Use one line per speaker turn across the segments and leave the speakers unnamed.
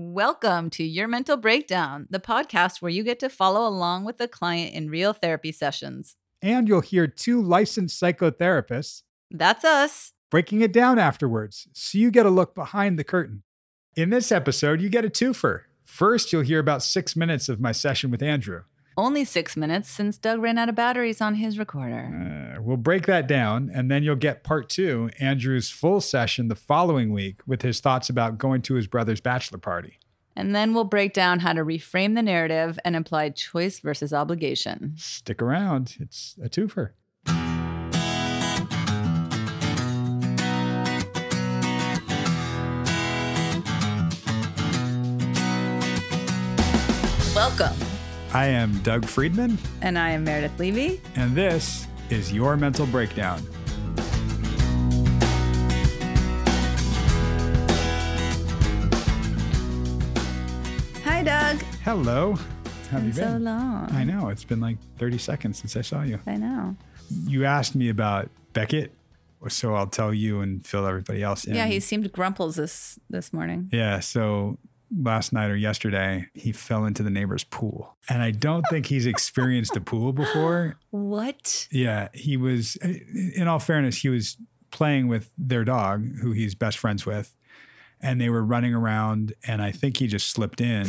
Welcome to Your Mental Breakdown, the podcast where you get to follow along with the client in real therapy sessions.
And you'll hear two licensed psychotherapists
That's us.
breaking it down afterwards, so you get a look behind the curtain. In this episode, you get a twofer. First, you'll hear about six minutes of my session with Andrew.
Only six minutes since Doug ran out of batteries on his recorder.
Uh, we'll break that down, and then you'll get part two, Andrew's full session the following week with his thoughts about going to his brother's bachelor party.
And then we'll break down how to reframe the narrative and apply choice versus obligation.
Stick around, it's a twofer.
Welcome.
I am Doug Friedman,
And I am Meredith Levy.
and this is Your Mental Breakdown.
Hi, Doug.
Hello. How have you
Been so
been?
long.
I know. It's been like 30 seconds since I saw you.
I know.
You asked me about Beckett, so I'll tell you and fill everybody else in.
Yeah, he seemed grumples this this morning.
Yeah, so last night or yesterday, he fell into the neighbor's pool. And I don't think he's experienced a pool before.
What?
Yeah, he was, in all fairness, he was playing with their dog, who he's best friends with, and they were running around, and I think he just slipped in.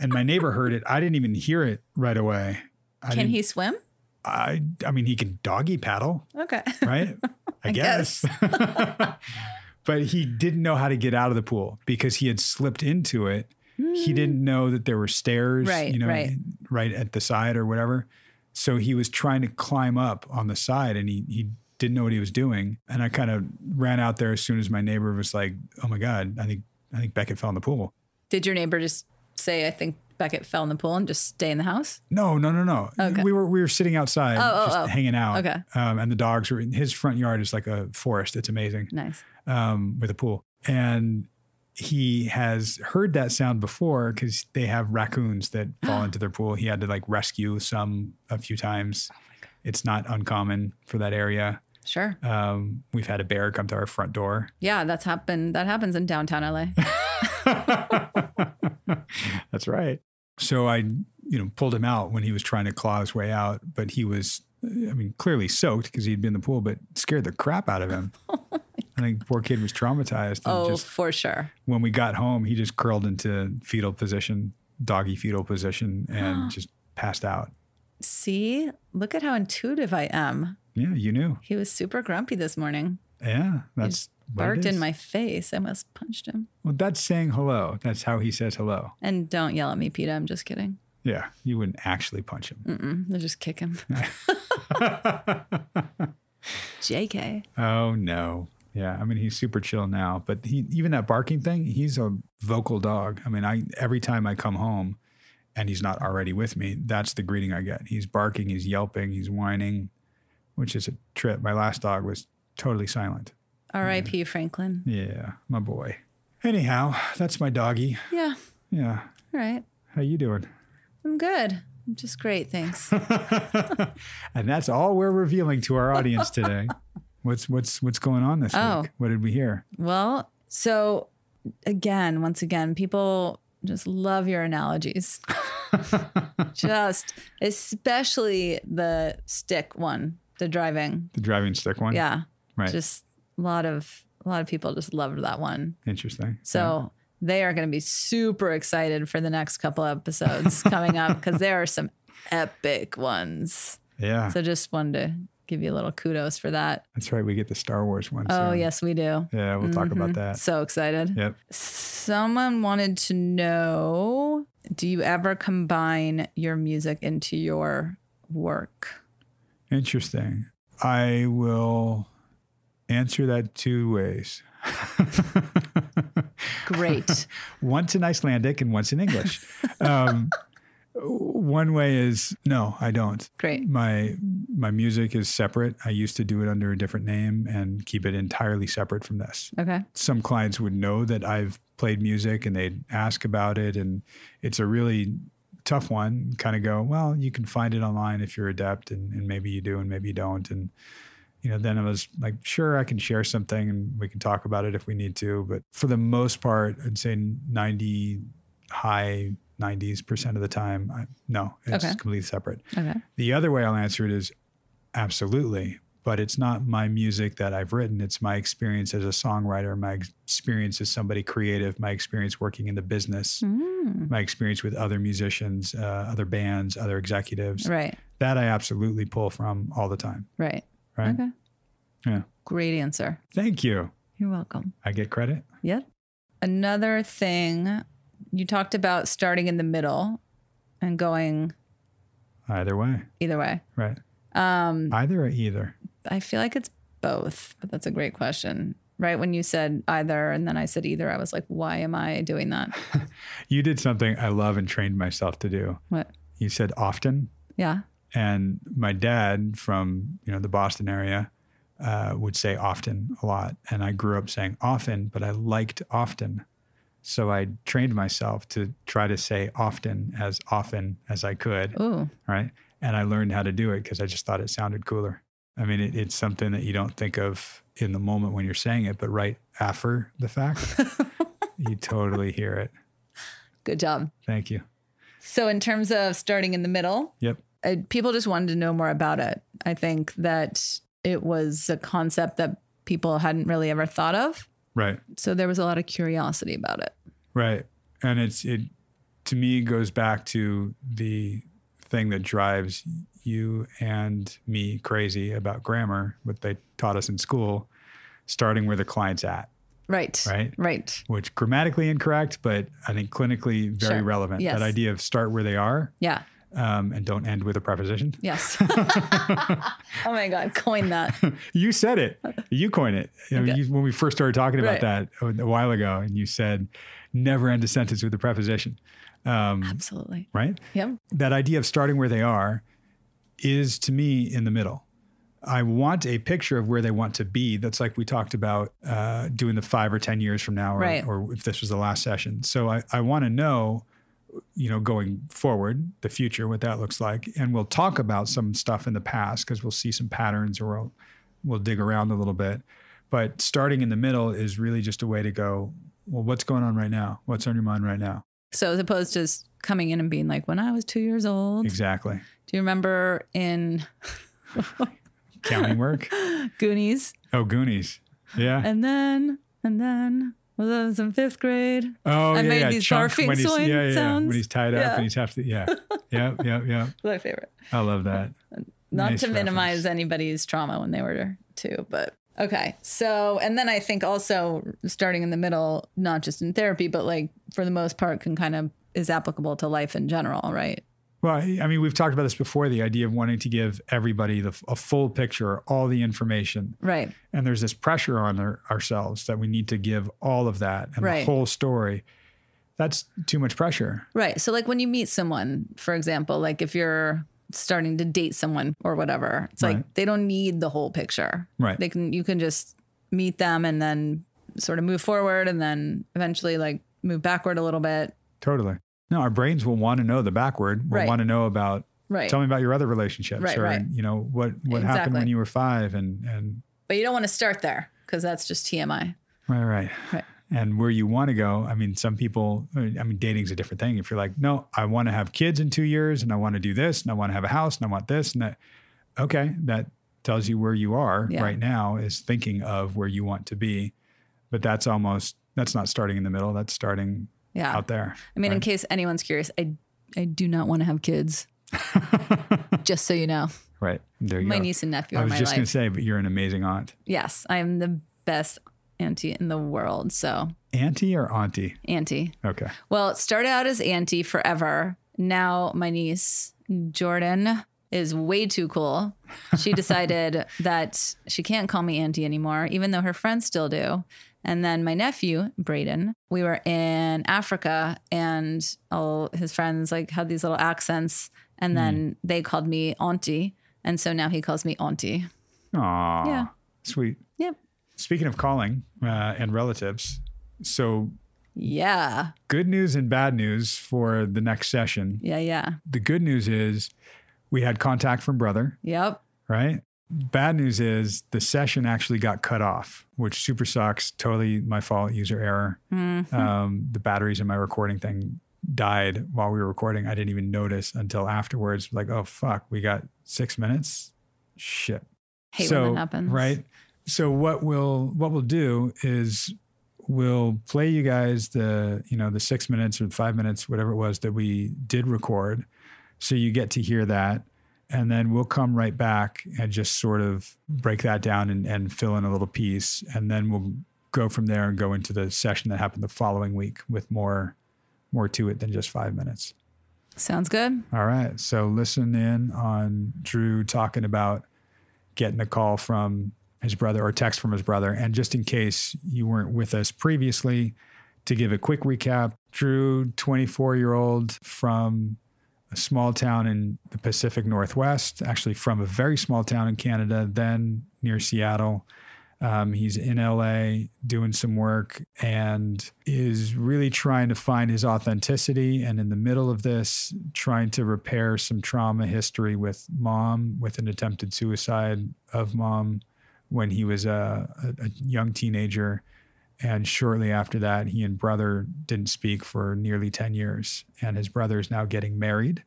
and my neighbor heard it. I didn't even hear it right away. I
Can
didn't-
he swim?
I, I mean, he can doggy paddle,
Okay.
right? I,
I
guess. but he didn't know how to get out of the pool because he had slipped into it. He didn't know that there were stairs,
Hmm. Right,
you know,
right.
right at the side or whatever. So he was trying to climb up on the side and he, he didn't know what he was doing. And I kind of ran out there as soon as my neighbor was like, oh my God, I think, I think Beckett fell in the pool.
Did your neighbor just say, I think Beckett fell in the pool and just stay in the house?
No, no, no, no.
Okay.
We were we were sitting outside,
Oh, oh,
just
oh.
hanging out.
Okay.
Um, and the dogs were in his front yard is like a forest. It's amazing.
Nice.
Um, with a pool, and he has heard that sound before because they have raccoons that fall into their pool. He had to like rescue some a few times. It's not uncommon for that area.
Sure.
Um, we've had a bear come to our front door.
Yeah, that's happened. That happens in downtown LA.
That's right. So I, you know, pulled him out when he was trying to claw his way out, but he was, I mean, clearly soaked because he'd been in the pool, but scared the crap out of him. I think poor kid was traumatized. And
oh,
just
for sure.
when we got home, he just curled into fetal position, doggy fetal position, and just passed out.
See, look at how intuitive I am.
Yeah, you knew.
He was super grumpy this morning.
Yeah, that's what it
Barked in
is.
my face. I must punched him.
Well, that's saying hello. That's how he says hello.
And don't yell at me, Peta. I'm just kidding.
Yeah, you wouldn't actually punch him.
Mm-mm, they'll just kick him. JK.
Oh no. Yeah, I mean he's super chill now, but he even that barking thing, he's a vocal dog. I mean, I every time I come home and he's not already with me, that's the greeting I get. He's barking, he's yelping, he's whining, which is a trip. My last dog was totally silent.
R.I.P. Franklin.
Yeah, my boy. Anyhow, that's my doggy.
Yeah.
Yeah.
All right.
How you doing?
I'm good. I'm just great. Thanks.
and that's all we're revealing to our audience today. What's what's what's going on this
Oh.
week? What did we hear?
Well, so again, once again, people just love your analogies. just especially the stick one, the driving.
The driving stick one.
Yeah.
Right.
Just a lot of a lot of people just loved that one.
Interesting.
So they are going to be super excited for the next couple episodes coming up because there are some epic ones.
yeah,
So just wanted to give you a little kudos for that.
that's right. We get the Star Wars one.
Oh,
soon.
yes, we do.
Yeah, we'll talk about
Mhm.
that.
So excited.
Yep.
Someone wanted to know Do you ever combine your music into your work?
Interesting. I will answer that two ways.
Great.
once in Icelandic and once in English. um, one way is no, I don't.
Great.
My my music is separate. I used to do it under a different name and keep it entirely separate from this.
Okay.
some clients would know that I've played music and they'd ask about it. And it's a really tough one. Kind of go, well, you can find it online if you're adept, and, and maybe you do, and maybe you don't. And you know, then I was like, sure, I can share something and we can talk about it if we need to. But for the most part, I'd say 90 high 90s percent of the time, I, no, it's
Okay.
completely separate.
Okay.
The other way I'll answer it is absolutely, but it's not my music that I've written. It's my experience as a songwriter, my ex- experience as somebody creative, my experience working in the business,
Mm.
my experience with other musicians, uh, other bands, other executives.
Right.
That I absolutely pull from all the time.
Right.
Right.
Okay.
Yeah.
Great answer.
Thank you.
You're welcome.
I get credit.
Yep. Another thing you talked about starting in the middle and going
Either way,
either way.
right?
Um,
Either or either.
I feel like it's both, but that's a great question. Right when you said either, and then I said either, I was like, why am I doing that?
You did something I love and trained myself to do.
What?
You said often.
Yeah.
and my dad from you know the Boston area uh, would say often a lot, and I grew up saying often, but I liked often, so I trained myself to try to say often as often as I could,
Ooh.
right? And I learned how to do it because I just thought it sounded cooler. I mean, it, it's something that you don't think of in the moment when you're saying it, but right after the fact, you totally hear it.
Good job.
Thank you.
So, in terms of starting in the middle,
Yep.
uh, people just wanted to know more about it. I think that it was a concept that people hadn't really ever thought of.
Right.
So, there was a lot of curiosity about it.
Right. And it's it to me goes back to the thing that drives you and me crazy about grammar, what they taught us in school, starting where the client's at,
Right.
right?
Right.
Which grammatically incorrect, but I think clinically very
Sure.
relevant.
Yes.
That idea of start where they are
Yeah.
um, and don't end with a preposition.
Yes. oh my God. Coin that.
you said it. You coined it. I mean,
Okay.
you, when we first started talking about
Right.
that a a while ago, and you said, never end a sentence with a preposition, um,
Absolutely.
right?
Yep.
that idea of starting where they are is to me in the middle. I want a picture of where they want to be. That's like we talked about uh, doing the five or 10 years from now, or,
Right.
or if this was the last session. So I, I want to know, you know, going forward, the future, what that looks like. And we'll talk about some stuff in the past because we'll see some patterns or we'll, we'll dig around a little bit. But starting in the middle is really just a way to go, well, what's going on right now? What's on your mind right now?
So, as opposed to just coming in and being like, when I was two years old,
Exactly.
do you remember in
Counting work.
Goonies?
Oh, Goonies. Yeah.
And then, and then, well, I was in fifth grade.
Oh,
I
yeah,
made
yeah.
these
Chunk
barfing
when he's,
soin
yeah, yeah, yeah. When
sounds.
he's tied up
Yeah.
and he's half to, yeah. yep, yep, yep.
My favorite.
I love that.
Not
Nice
to
reference.
minimize anybody's trauma when they were two, but okay. So, and then I think also starting in the middle, not just in therapy, but like for the most part, can kind of is applicable to life in general, right?
Well, I I mean, we've talked about this before the idea of wanting to give everybody the, a full picture, all the information.
Right.
And there's this pressure on our, ourselves that we need to give all of that and the
Right.
whole story. That's too much pressure.
Right. So, like when you meet someone, for example, like if you're starting to date someone or whatever, it's
Right.
like they don't need the whole picture.
Right.
They can, you can just meet them and then sort of move forward and then eventually like move backward a little bit.
Totally. No, our brains will want to know the backward. We'll
Right.
want to know about,
Right.
tell me about your other relationships
Right,
or,
right.
you know, what, what happened
Exactly.
when you were five and, and
but you don't want to start there because that's just TMI.
Right, right.
Right.
And where you want to go, I mean, some people, uh, I mean, dating's a different thing. If you're like, no, I want to have kids in two years and I want to do this and I want to have a house and I want this and that. Okay. That tells you where you are
Yeah.
right now is thinking of where you want to be. But that's almost, that's not starting in the middle. That's starting
Yeah.
out there.
I mean, in
right.
case anyone's curious, I I do not want to have kids. just so you know,
Right. There you
my
go.
niece and nephew
I
are
was
my
just
life.
going to say, but you're an amazing aunt.
yes, I am the best auntie in the world. So
Auntie or auntie?
auntie.
Okay.
Well, it started out as auntie forever. Now my niece, Jordan, is way too cool. She decided that she can't call me auntie anymore, even though her friends still do. And then my nephew, Braden, we were in Africa and all his friends like had these little accents. And then they called me auntie. And so now he calls me auntie.
Aw,
Yeah.
sweet.
Yep.
Speaking of calling uh, and relatives, so
Yeah.
good news and bad news for the next session.
Yeah. Yeah.
The good news is we had contact from brother,
Yep.
right? Bad news is the session actually got cut off, which super sucks. Totally my fault, user error.
Hmm.
Um, the batteries in my recording thing died while we were recording. I didn't even notice until afterwards. Like, oh fuck, we got six minutes. Shit.
Hate when that happens.
Right. So what we'll what we'll do is we'll play you guys the you know the six minutes or five minutes whatever it was that we did record, so you get to hear that, and then we'll come right back and just sort of break that down and, and fill in a little piece, and then we'll go from there and go into the session that happened the following week with more more to it than just five minutes.
Sounds good.
All right. So listen in on Drew talking about getting a call from his brother or text from his brother. And just in case you weren't with us previously, to give a quick recap, Drew, 24 year old from a small town in the Pacific Northwest, actually from a very small town in Canada, then near Seattle. Um, he's in LA doing some work and is really trying to find his authenticity. And in the middle of this, trying to repair some trauma history with mom, with an attempted suicide of mom when he was a, a, a young teenager. And shortly after that, he and brother didn't speak for nearly 10 years. And his brother is now getting married.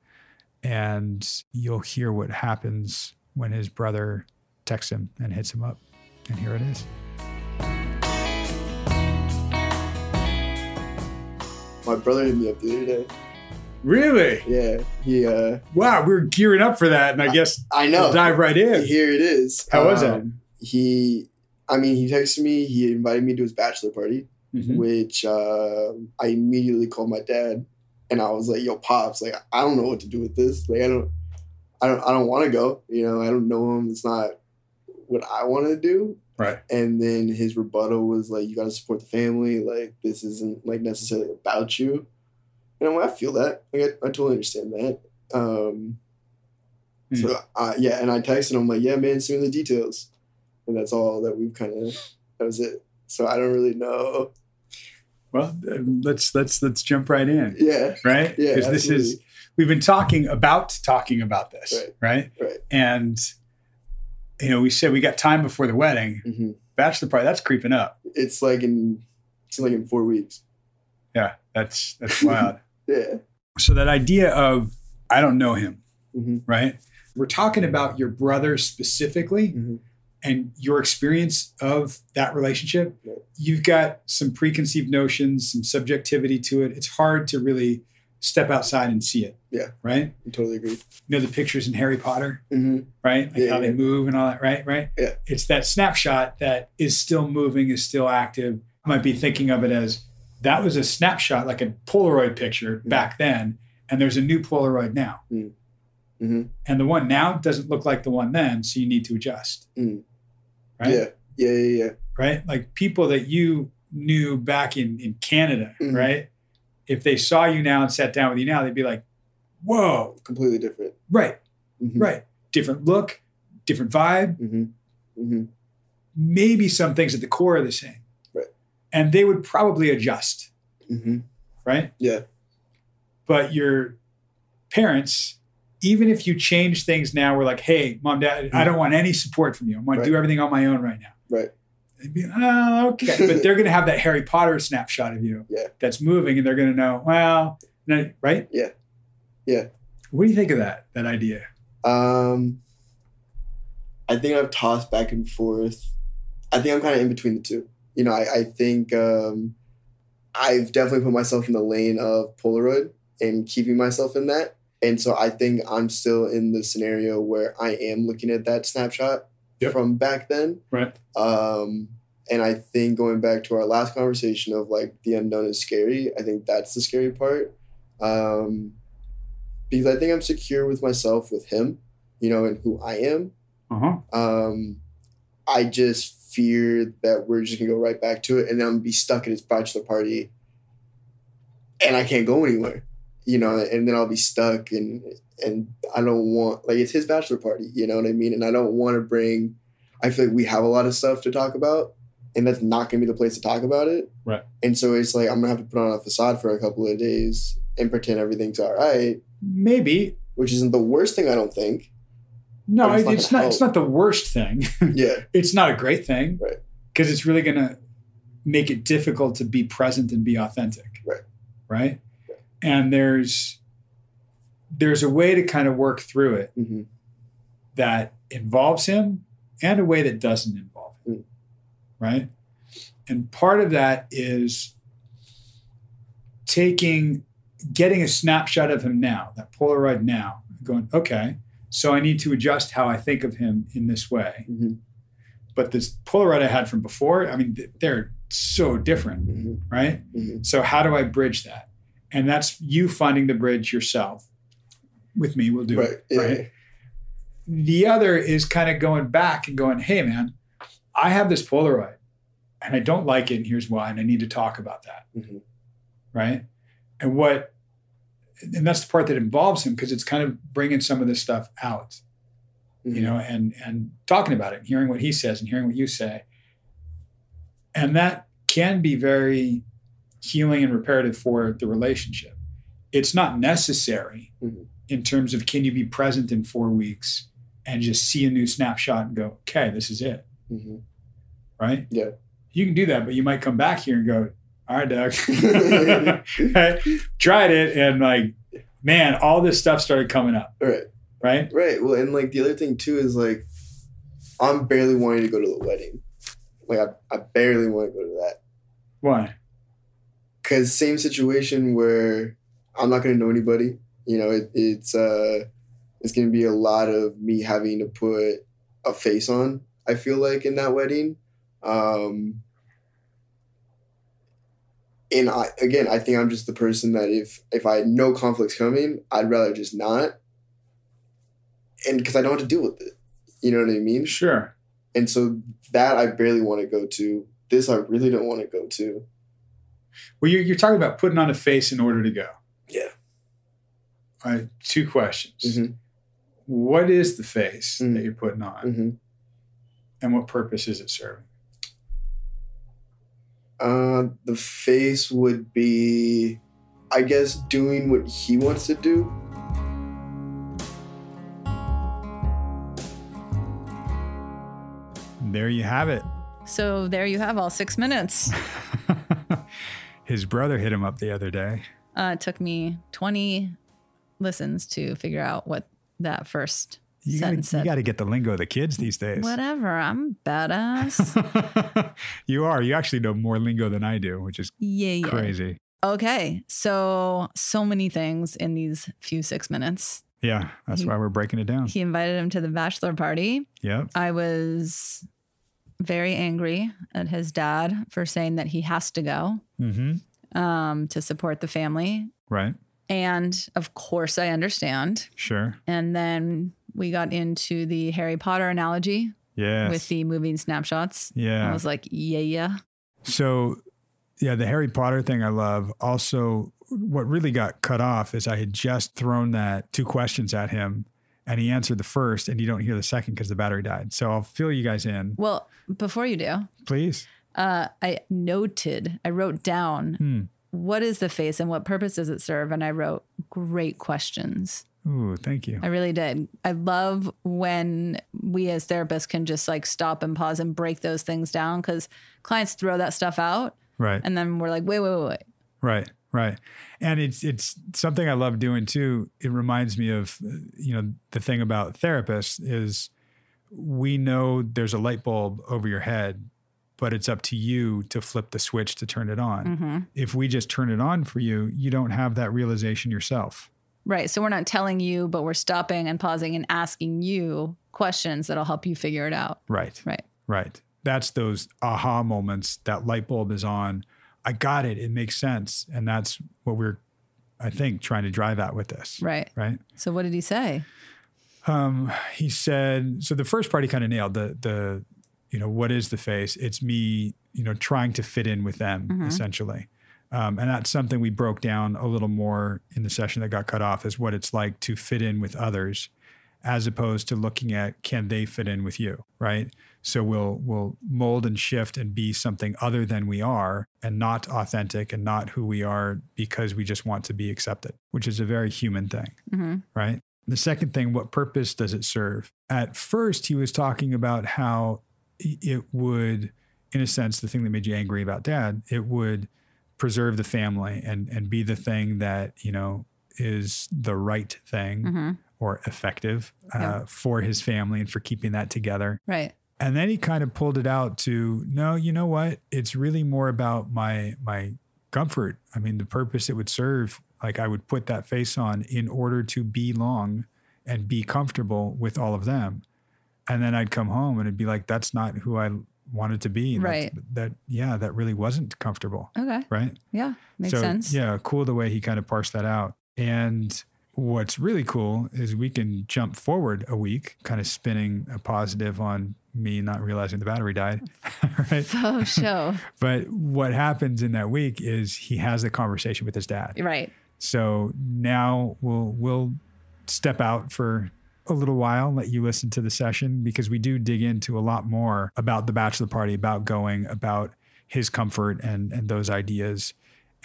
And you'll hear what happens when his brother texts him and hits him up. And here it is.
My brother hit me up the other day.
Really?
Yeah, he. uh
Wow, we are gearing up for that. And I guess
I know.
we'll dive right in.
Here it is. Um,
How was it?
He, I mean, he texted me. He invited me to his bachelor party,
Mhm.
which uh, I immediately called my dad, and I was like, "Yo, pops, like I don't know what to do with this. Like I don't, I don't, I don't want to go. You know, I don't know him. It's not what I want to do."
Right.
And then his rebuttal was like, "You got to support the family. Like this isn't like necessarily about you." And I'm like, "I feel that. Like, I, I totally understand that." Um,
Hmm.
So uh, yeah, and I texted him like, "Yeah, man, send me the details," and that's all that we've kind of. That was it. So I don't really know.
Well, uh, let's let's let's jump right in,
Yeah.
right?
Yeah,
Because this is we've been talking about talking about this,
Right.
right?
Right.
And you know, we said we got time before the wedding.
hmm
Bachelor party, that's creeping up.
It's like in it's like in four weeks.
Yeah, that's that's wild.
Yeah.
so that idea of I don't know him,
Mhm.
right? We're talking about your brother specifically
Mhm.
and your experience of that relationship.
Yeah.
You've got some preconceived notions, some subjectivity to it. It's hard to really step outside and see it.
Yeah.
Right?
I totally agree.
You know the pictures in Harry Potter,
hmm
right? Like
Yeah,
how they
yeah.
move and all that, right? Right?
Yeah.
It's that snapshot that is still moving, is still active. I might be thinking of it as that was a snapshot, like a Polaroid picture
Mm.
back then, and there's a new Polaroid now.
Mm. Mhm.
And the one now doesn't look like the one then, so you need to adjust.
Mm.
Right?
Yeah. Yeah. Yeah. Yeah.
Right? Like people that you knew back in, in Canada,
Mhm.
right? If they saw you now and sat down with you now, they'd be like, whoa,
Completely different.
right.
hmm
Right. Different look, different vibe,
hmm hmm
maybe some things at the core are the same.
Right.
And they would probably adjust,
hmm
right?
Yeah.
But your parents, even if you change things now, we're like, hey, mom, dad,
Mm.
I don't want any support from you. I want to do everything on my own right now.
Right.
They'd be, oh, okay. but they're going to have that Harry Potter snapshot of you
Yeah.
that's moving and they're going to know, well, no, right?
Yeah. Yeah.
What do you think of that, that idea?
Um, I think I've tossed back and forth. I think I'm kind of in between the two. You know, I, I think um, I've definitely put myself in the lane of Polaroid and keeping myself in that. And so I think I'm still in the scenario where I am looking at that snapshot
Yep.
from back then.
Right.
Um, and I think going back to our last conversation of like the unknown is scary, I think that's the scary part. Um, because I think I'm secure with myself, with him, you know, and who I am.
Uh huh.
Um, I just fear that we're just gonna go right back to it, and then I'm gonna be stuck at his bachelor party, and I can't go anywhere, you know, and then I'll be stuck, and and I don't want like it's his bachelor party, you know what I mean, and I don't want to bring. I feel like we have a lot of stuff to talk about, and that's not gonna be the place to talk about it.
Right.
And so it's like I'm gonna have to put on a facade for a couple of days and pretend everything's all right,
Maybe
which isn't the worst thing I don't think.
No,
But
it's,
it's not
it's
gonna
not. It's not the worst thing.
Yeah.
it's not a great thing,
Right.
Because it's really going to make it difficult to be present and be authentic,
Right.
Right. And there's there's a way to kind of work through it
hmm
that involves him and a way that doesn't involve him.
Mm.
Right. And part of that is taking, getting a snapshot of him now, that Polaroid now, going, okay, so I need to adjust how I think of him in this way.
hmm
But this Polaroid I had from before, I mean, th- they're so different.
hmm
Right.
hmm
So, how do I bridge that? And that's you finding the bridge yourself. With me, we'll do
Right.
it.
Yeah.
Right the other is kind of going back and going, hey, man, I have this Polaroid and I don't like it. And here's why. And I need to talk about that.
Mhm.
Right. And what, and that's the part that involves him because it's kind of bringing some of this stuff out, you
Mhm.
know, and, and talking about it, and hearing what he says and hearing what you say. And that can be very healing and reparative for the relationship. It's not necessary
Mhm.
in terms of can you be present in four weeks and just see a new snapshot and go, okay, this is it,
Mhm.
right?
Yeah.
You can do that, but you might come back here and go, all right, Doug, Right? tried it, and like, man, all this stuff started coming up,
All right.
right?
Right. Well, and like the other thing too is like, I'm barely wanting to go to the wedding. Like I, I barely want to go to that
Why?
because same situation where I'm not gonna know anybody. You know, it, it's uh, it's gonna be a lot of me having to put a face on. I feel like in that wedding, um, and I again, I think I'm just the person that if if I had no conflicts coming, I'd rather just not, and because I don't have to deal with it. You know what I mean?
Sure.
And so that I barely want to go to. This I really don't want to go to.
Well, you're, you're talking about putting on a face in order to go.
Yeah.
All right, two questions.
Mhm.
What is the face that
Mhm.
you're putting on,
Mm-hmm.
and what purpose is it serving?
Uh, the face would be, I guess, doing what he wants to do.
There you have it.
So there you have all six minutes.
His brother hit him up the other day.
Uh, it took me 20 listens to figure out what that first
You
sentence
gotta, you
said.
gotta get the lingo of the kids these days.
Whatever, I'm badass.
you are. You actually know more lingo than I do, which is
yeah, yeah.
crazy.
Okay, so so many things in these few six minutes.
Yeah, that's why we're breaking it down.
He invited him to the bachelor party.
Yep.
I was very angry at his dad for saying that he has to go
Mm-hmm.
um, to support the family.
Right.
And of course, I understand.
Sure.
And then we got into the Harry Potter analogy
Yeah.
with the moving snapshots. I
yeah.
was like, yeah, yeah.
So, yeah, the Harry Potter thing I love. Also, what really got cut off is I had just thrown that two questions at him, and he answered the first, and you don't hear the second because the battery died. So I'll fill you guys in,
Well, before you do,
please.
uh, I noted, I wrote down
Hmm.
what is the face and what purpose does it serve? And I wrote great questions.
Ooh, thank you.
I really did. I love when we as therapists can just like stop and pause and break those things down because clients throw that stuff out
Right.
and then we're like, wait, wait, wait, wait.
Right, right. And it's it's something I love doing too. It reminds me of uh, you know the thing about therapists is we know there's a light bulb over your head, but it's up to you to flip the switch to turn it on.
Mm-hmm.
If we just turn it on for you, you don't have that realization yourself.
Right. So we're not telling you, but we're stopping and pausing and asking you questions that'll help you figure it out.
Right.
Right.
Right. That's those aha moments. That light bulb is on. I got it. It makes sense. And that's what we're, I think, trying to drive at with this.
Right.
Right.
So what did he say?
um, he said so the first part he kind of nailed the the you know what is the face it's me you know trying to fit in with them
Mhm.
essentially um, and that's something we broke down a little more in the session that got cut off is what it's like to fit in with others as opposed to looking at can they fit in with you right so we'll we'll mold and shift and be something other than we are and not authentic and not who we are because we just want to be accepted which is a very human thing
Mm-hmm.
right? The second thing, what purpose does it serve? At first, he was talking about how it would, in a sense, the thing that made you angry about dad, it would preserve the family and and be the thing that you know is the right thing
hmm
or effective uh,
Yeah.
for his family and for keeping that together.
Right.
And then he kind of pulled it out to no, you know what? It's really more about my my comfort. I mean, the purpose it would serve. Like I would put that face on in order to belong and be comfortable with all of them. And then I'd come home and it'd be like, that's not who I wanted to be. That's- that yeah, that really wasn't comfortable.
Okay.
Right
Yeah. Makes
so,
sense.
Yeah, cool the way he kind of parsed that out. And what's really cool is we can jump forward a week, kind of spinning a positive on me not realizing the battery died. right.
Oh, show.
But what happens in that week is he has the conversation with his dad.
right.
So now we'll we'll step out for a little while, let you listen to the session because we do dig into a lot more about the bachelor party, about going, about his comfort and and those ideas.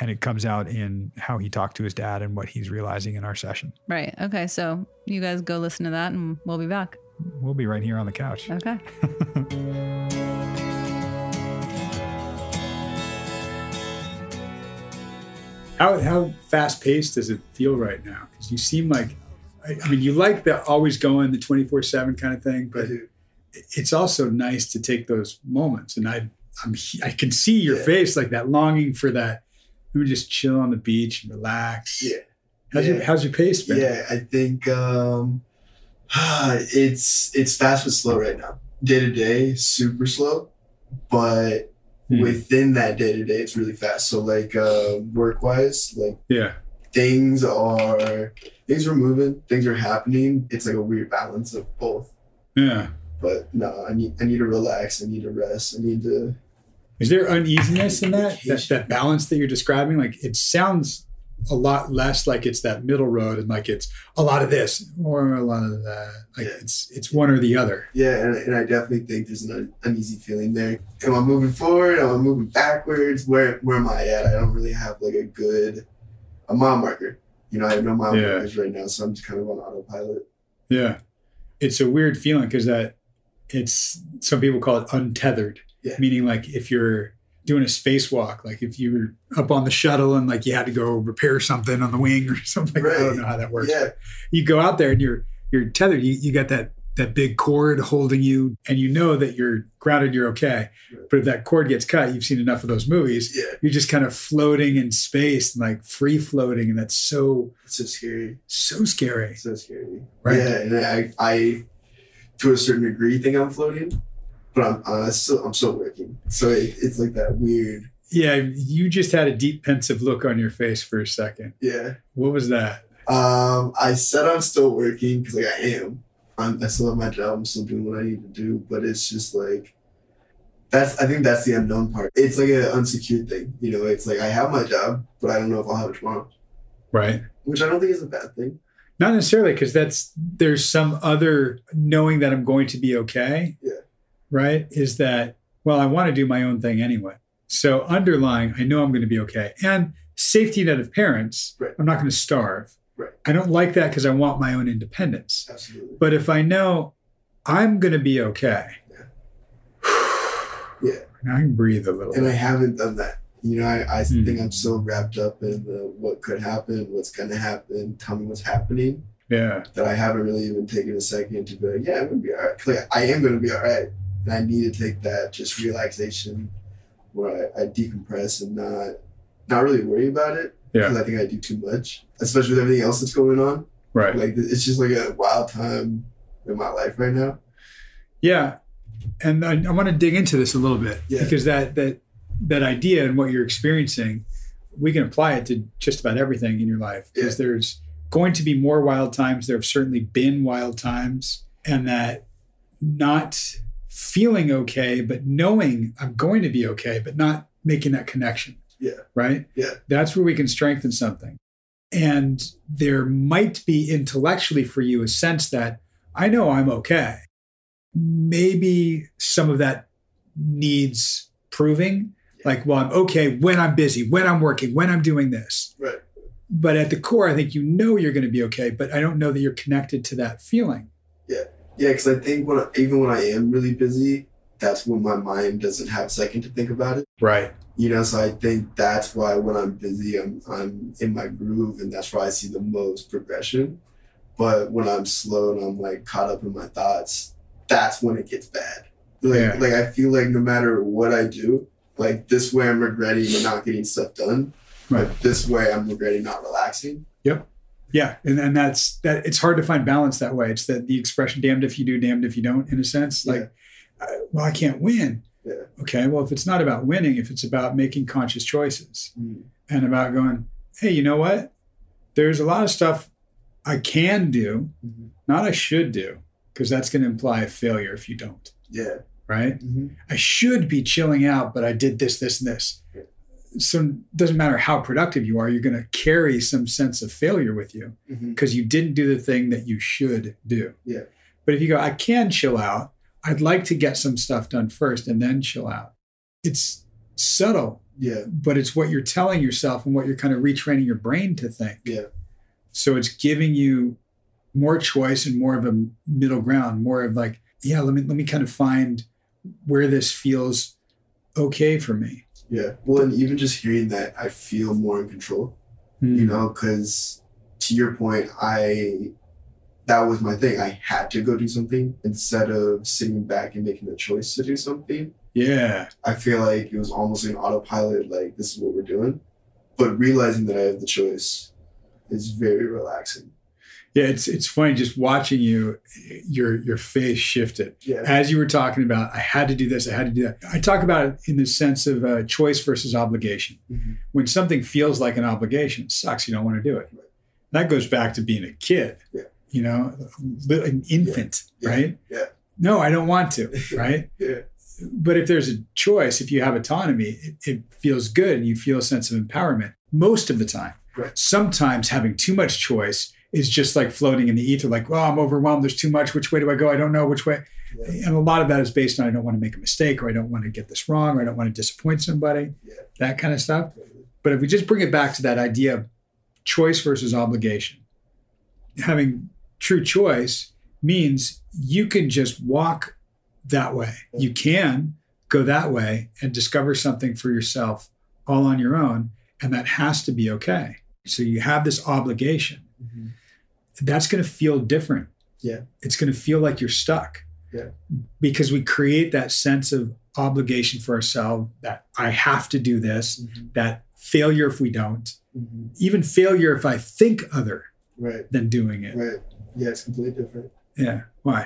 And it comes out in how he talked to his dad and what he's realizing in our session.
Right. Okay. So you guys go listen to that and we'll be back.
We'll be right here on the couch.
Okay.
How how fast paced does it feel right now? Because you seem like, I, I mean, you like the always going, the twenty four seven kind of thing,
But dude,
it's also nice to take those moments and i i'm i can see your
Yeah.
face like that longing for that let me just chill on the beach and relax
Yeah.
how's your
Yeah.
how's your pace been
yeah, I think um, it's it's fast but slow right now. Day to day, super slow, but
Hmm.
within that day to day, it's really fast. So like uh, work wise, like
yeah
things are things are moving, things are happening. It's like a weird balance of both.
yeah
But no, I need I need to relax. I need to rest. I need to
is there uneasiness in that? that that balance that you're describing like it sounds a lot less like it's that middle road and like it's a lot of this or a lot of that like
Yeah.
it's it's one or the other
Yeah, and, and I definitely think there's an un- uneasy feeling there. Am I moving forward? Am I moving backwards? Where where am I at? I don't really have like a good a mile marker. You know, I have no mile
Yeah.
markers right now, so I'm just kind of on autopilot.
Yeah. It's a weird feeling because that it's some people call it untethered,
Yeah.
meaning like if you're doing a spacewalk, like if you were up on the shuttle and like you had to go repair something on the wing or something. I don't
Right.
know how that works.
Yeah,
You go out there and you're you're tethered. You, you got that that big cord holding you and you know that you're grounded, you're okay.
Right.
But if that cord gets cut, you've seen enough of those movies.
yeah,
You're just kind of floating in space and like free floating. And that's so,
it's so scary.
so scary.
It's so scary.
Right.
Yeah, and I, I to a certain degree think I'm floating, but I'm uh, still I'm still working. So it, it's like that weird.
Yeah, you just had a deep pensive look on your face for a second.
Yeah.
What was that?
Um, I said I'm still working because like I am. I'm, I still have my job. I'm still doing what I need to do, but it's just like that's. I think that's the unknown part. It's like an unsecured thing, you know. It's like I have my job, but I don't know if I'll have it tomorrow,
Right.
which I don't think is a bad thing.
Not necessarily because that's there's some other knowing that I'm going to be okay.
Yeah.
Right. Is that well, I want to do my own thing anyway. So underlying, I know I'm going to be okay. And safety net of parents,
Right.
I'm not going to starve.
Right.
I don't like that because I want my own independence.
Absolutely.
But if I know I'm going to be okay,
Yeah.
now I can breathe a little.
And I haven't done that. You know, I, I
Hmm.
think I'm so wrapped up in the what could happen, what's gonna happen, tell me what's happening,
yeah.
that I haven't really even taken a second to be like, yeah, I'm gonna be all right. 'Cause, Like, I am gonna be all right. And I need to take that just relaxation where I, I decompress and not not really worry about it.
Yeah.
Because I think I do too much, especially with everything else that's going on.
Right.
Like, it's just like a wild time in my life right now.
Yeah, and I, I want to dig into this a little bit
Yeah.
because that that that idea and what you're experiencing, we can apply it to just about everything in your life. Because there's going to be more wild times. There have certainly been wild times, and that not feeling okay, but knowing I'm going to be okay, but not making that connection.
Yeah.
Right.
Yeah.
That's where we can strengthen something. And there might be intellectually for you a sense that I know I'm okay maybe some of that needs proving
Yeah.
like well i'm okay when i'm busy when i'm working when i'm doing this
Right.
But at the core, I think you know you're going to be okay, but I don't know that you're connected to that feeling.
Yeah, because I think when I, even when I am really busy, that's when my mind doesn't have a second to think about it.
Right.
You know, so I think that's why when I'm busy, I'm I'm in my groove, and that's where I see the most progression. But when I'm slow and I'm like caught up in my thoughts, that's when it gets bad. Like
Yeah.
like I feel like no matter what I do, like this way I'm regretting not getting stuff done.
Right.
But this way I'm regretting not relaxing.
Yeah. And, and that's that it's hard to find balance that way. It's that the expression damned if you do, damned if you don't, in a sense. Like, I, well, I can't win.
Yeah.
Okay. Well, if it's not about winning, if it's about making conscious choices, and about going, hey, you know what? There's a lot of stuff I can do,
Mhm.
not I should do, because that's going to imply failure if you don't,
Yeah.
right?
hmm
I should be chilling out, but I did this, this, and this. So it doesn't matter how productive you are, you're going to carry some sense of failure with you
hmm
because you didn't do the thing that you should do.
Yeah.
But if you go, I can chill out, I'd like to get some stuff done first and then chill out. It's subtle,
Yeah.
but it's what you're telling yourself and what you're kind of retraining your brain to think.
Yeah.
So it's giving you more choice and more of a middle ground, more of like, yeah, let me let me kind of find where this feels okay for me.
Yeah. Well, and even just hearing that, I feel more in control. you know because to your point i that was my thing i had to go do something instead of sitting back and making the choice to do something
Yeah.
i feel like it was almost an autopilot like this is what we're doing but realizing that i have the choice is very relaxing
Yeah, it's it's funny just watching you your your face shifted.
yeah
As you were talking about, I had to do this, I had to do that. I talk about it in the sense of uh, choice versus obligation.
Mhm.
When something feels like an obligation, it sucks. You don't want to do it.
Right.
That goes back to being a kid.
Yeah.
You know, li- an infant,
Yeah.
right?
Yeah.
No, I don't want to, right?
yeah
but if there's a choice, if you have autonomy, it, it feels good and you feel a sense of empowerment most of the time.
Right.
Sometimes having too much choice is just like floating in the ether, like, well, I'm overwhelmed. There's too much. Which way do I go? I don't know which way.
yeah,
And a lot of that is based on I don't want to make a mistake or I don't want to get this wrong or I don't want to disappoint somebody,
Yeah.
that kind of stuff. But if we just bring it back to that idea of choice versus obligation, having true choice means you can just walk that way. You can go that way and discover something for yourself all on your own. And that has to be okay. So you have this obligation
Mhm.
that's going to feel different.
Yeah.
It's going to feel like you're stuck.
Yeah.
Because we create that sense of obligation for ourselves that I have to do this,
Mhm.
that failure if we don't,
Mhm.
even failure if I think other
right
than doing it.
right yeah it's completely different
Yeah. Why?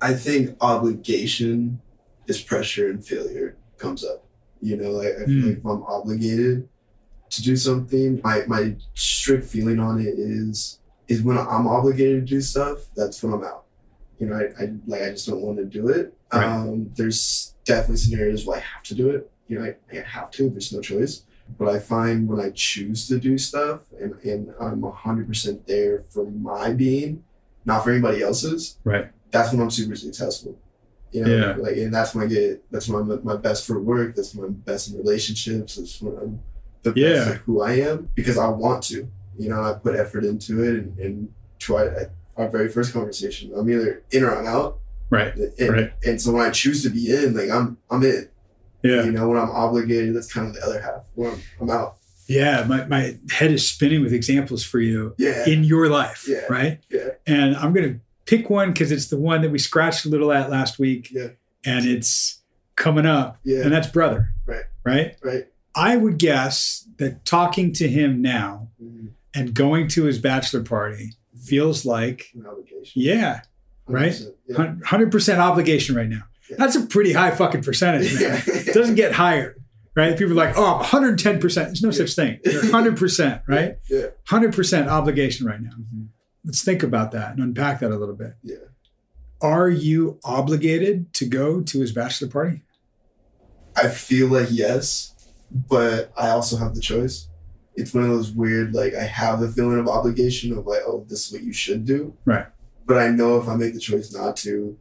I think obligation is pressure and failure comes up. You know, like I feel
Mm.
like if I'm obligated to do something, my my strict feeling on it is is when I'm obligated to do stuff, that's when I'm out. You know, I, I like I just don't want to do it.
Right.
Um, there's definitely scenarios where I have to do it. You know, I, I have to. There's no choice. But I find when I choose to do stuff and, and I'm 100% there for my being, not for anybody else's,
Right.
that's when I'm super successful. You know,
Yeah.
like, and that's when I get, that's when I'm at my best for work. That's when I'm best in relationships. That's when I'm the best
Yeah.
at who I am because I want to, you know, I put effort into it and, and try at our very first conversation. I'm either in or I'm out.
Right.
And,
Right.
and so when I choose to be in, like I'm, I'm in,
Yeah.
you know, when I'm obligated, that's kind of the other half when I'm, I'm out.
Yeah. My, my head is spinning with examples for you
Yeah.
in your life.
Yeah.
Right.
Yeah.
And I'm going to pick one because it's the one that we scratched a little at last week.
Yeah.
And it's coming up.
Yeah.
And that's brother.
Right.
Right.
Right.
I would guess that talking to him now
Mhm.
and going to his bachelor party feels like,
An obligation.
yeah, right?
100%. Yeah.
100% obligation right now.
Yeah.
That's a pretty high fucking percentage, man. It doesn't get higher, right? People are like, oh, I'm 110%. There's no
Yeah.
such thing. You're 100%, right?
Yeah.
100% obligation right now.
Mhm.
Let's think about that and unpack that a little bit.
Yeah.
Are you obligated to go to his bachelor party?
I feel like yes, but I also have the choice. It's one of those weird, like, I have the feeling of obligation of, like, oh, this is what you should do.
Right.
But I know if I make the choice not to,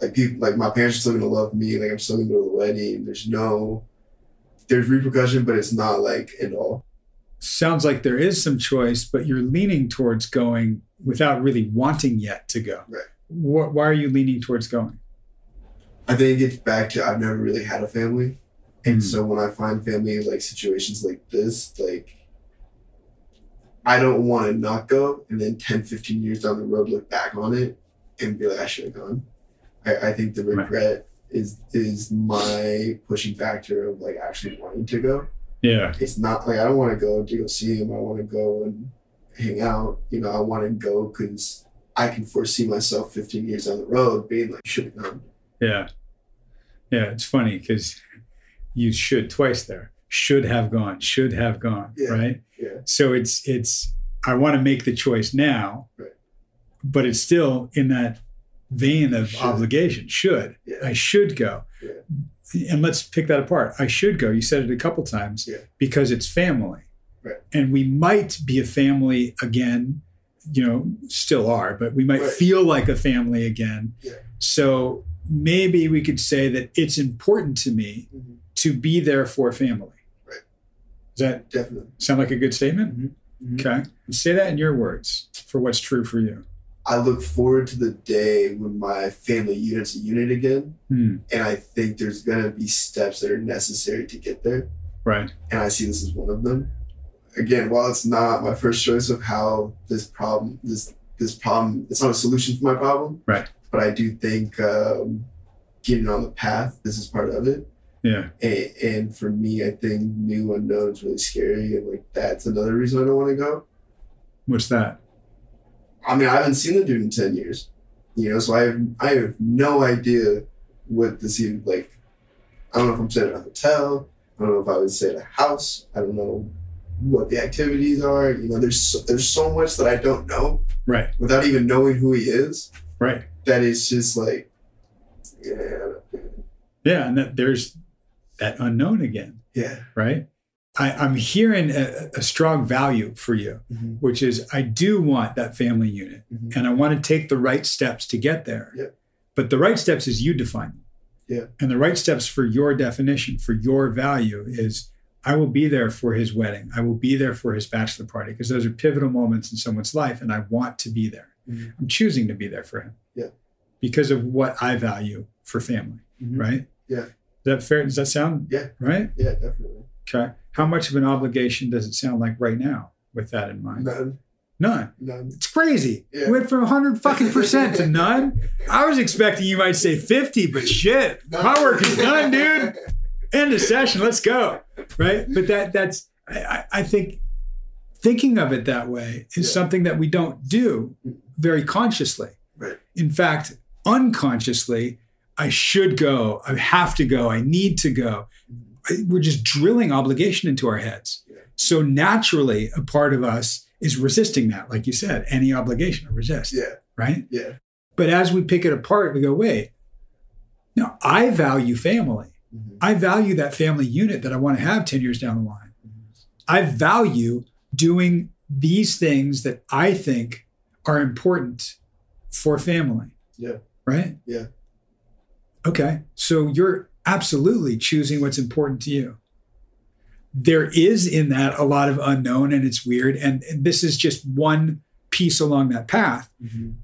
like, people, like, my parents are still gonna love me. Like, I'm still gonna go to the wedding. There's no, there's repercussion, but it's not like at all.
sounds like there is some choice, but you're leaning towards going without really wanting yet to go.
Right.
Wh- why are you leaning towards going?
I think it gets back to I've never really had a family. And
Mm.
so when I find family in like situations like this, like I don't want to not go and then 10, 15 years down the road look back on it and be like, I should have gone. I, I think the
Right.
regret is is my pushing factor of like actually wanting to go.
Yeah.
It's not like I don't want to go to go see him. I want to go and hang out. You know, I want to go because I can foresee myself 15 years down the road being like, should have gone.
Yeah. Yeah. It's funny because you should twice there. Should have gone, should have gone.
Yeah.
Right.
Yeah.
So it's, it's, I want to make the choice now,
Right.
but it's still in that vein of
Should.
obligation. Should.
Yeah.
I should go. And let's pick that apart. I should go. You said it a couple times
Yeah.
because it's family.
Right.
And we might be a family again, you know, still are, but we might
Right.
feel like a family again.
Yeah.
So maybe we could say that it's important to me
Mhm.
to be there for family.
Right.
Does that
Definitely.
sound like a good statement?
Mhm.
Okay. Say that in your words for what's true for you.
I look forward to the day when my family unit's a unit again.
Hmm.
And I think there's going to be steps that are necessary to get there.
Right.
And I see this as one of them. Again, while it's not my first choice of how this problem, this this problem, it's not a solution for my problem.
Right.
But I do think um, getting on the path, this is part of it.
Yeah.
And, and for me, I think new unknown is really scary. And like, that's another reason I don't want to go.
What's that?
I mean, I haven't seen the dude in ten years, you know. So I have, I have no idea what this even like. I don't know if I'm staying at a hotel. I don't know if I would stay at a house. I don't know what the activities are. You know, there's so, there's so much that I don't know
Right.
without even knowing who he is.
Right.
That it's just like, yeah,
Yeah. And that there's that unknown again.
yeah,
right? I, I'm hearing a, a strong value for you,
Mhm.
which is I do want that family unit
Mhm.
and I want to take the right steps to get there.
Yeah.
But the right steps is you define them.
Yeah.
And the right steps for your definition, for your value is I will be there for his wedding. I will be there for his bachelor party because those are pivotal moments in someone's life and I want to be there.
Mhm.
I'm choosing to be there for him.
Yeah.
Because of what I value for family,
Mhm.
right?
Yeah.
Is that fair? Does that sound
Yeah.
right?
yeah, definitely.
Okay. How much of an obligation does it sound like right now with that in mind?
None,
None.
none.
It's crazy.
Yeah.
Went from 100 fucking percent to none. I was expecting you might say 50, but shit, my work is done, dude. End of session. Let's go. Right. But that that's I, I- I think thinking of it that way is
Yeah.
something that we don't do very consciously.
Right.
In fact, unconsciously, I should go. I have to go. I need to go. I- We're just drilling obligation into our heads.
Yeah.
So naturally, a part of us is resisting that, like you said, any obligation or resist,
Yeah,
right?
yeah.
But as we pick it apart, we go, wait, no, I value family.
Mhm.
I value that family unit that I want to have 10 years down the line.
mm-hmm.
I value doing these things that I think are important for family.
Yeah.
Right?
Yeah.
Okay. So you're absolutely choosing what's important to you. There is in that a lot of unknown and it's weird. And and this is just one piece along that path
Mhm.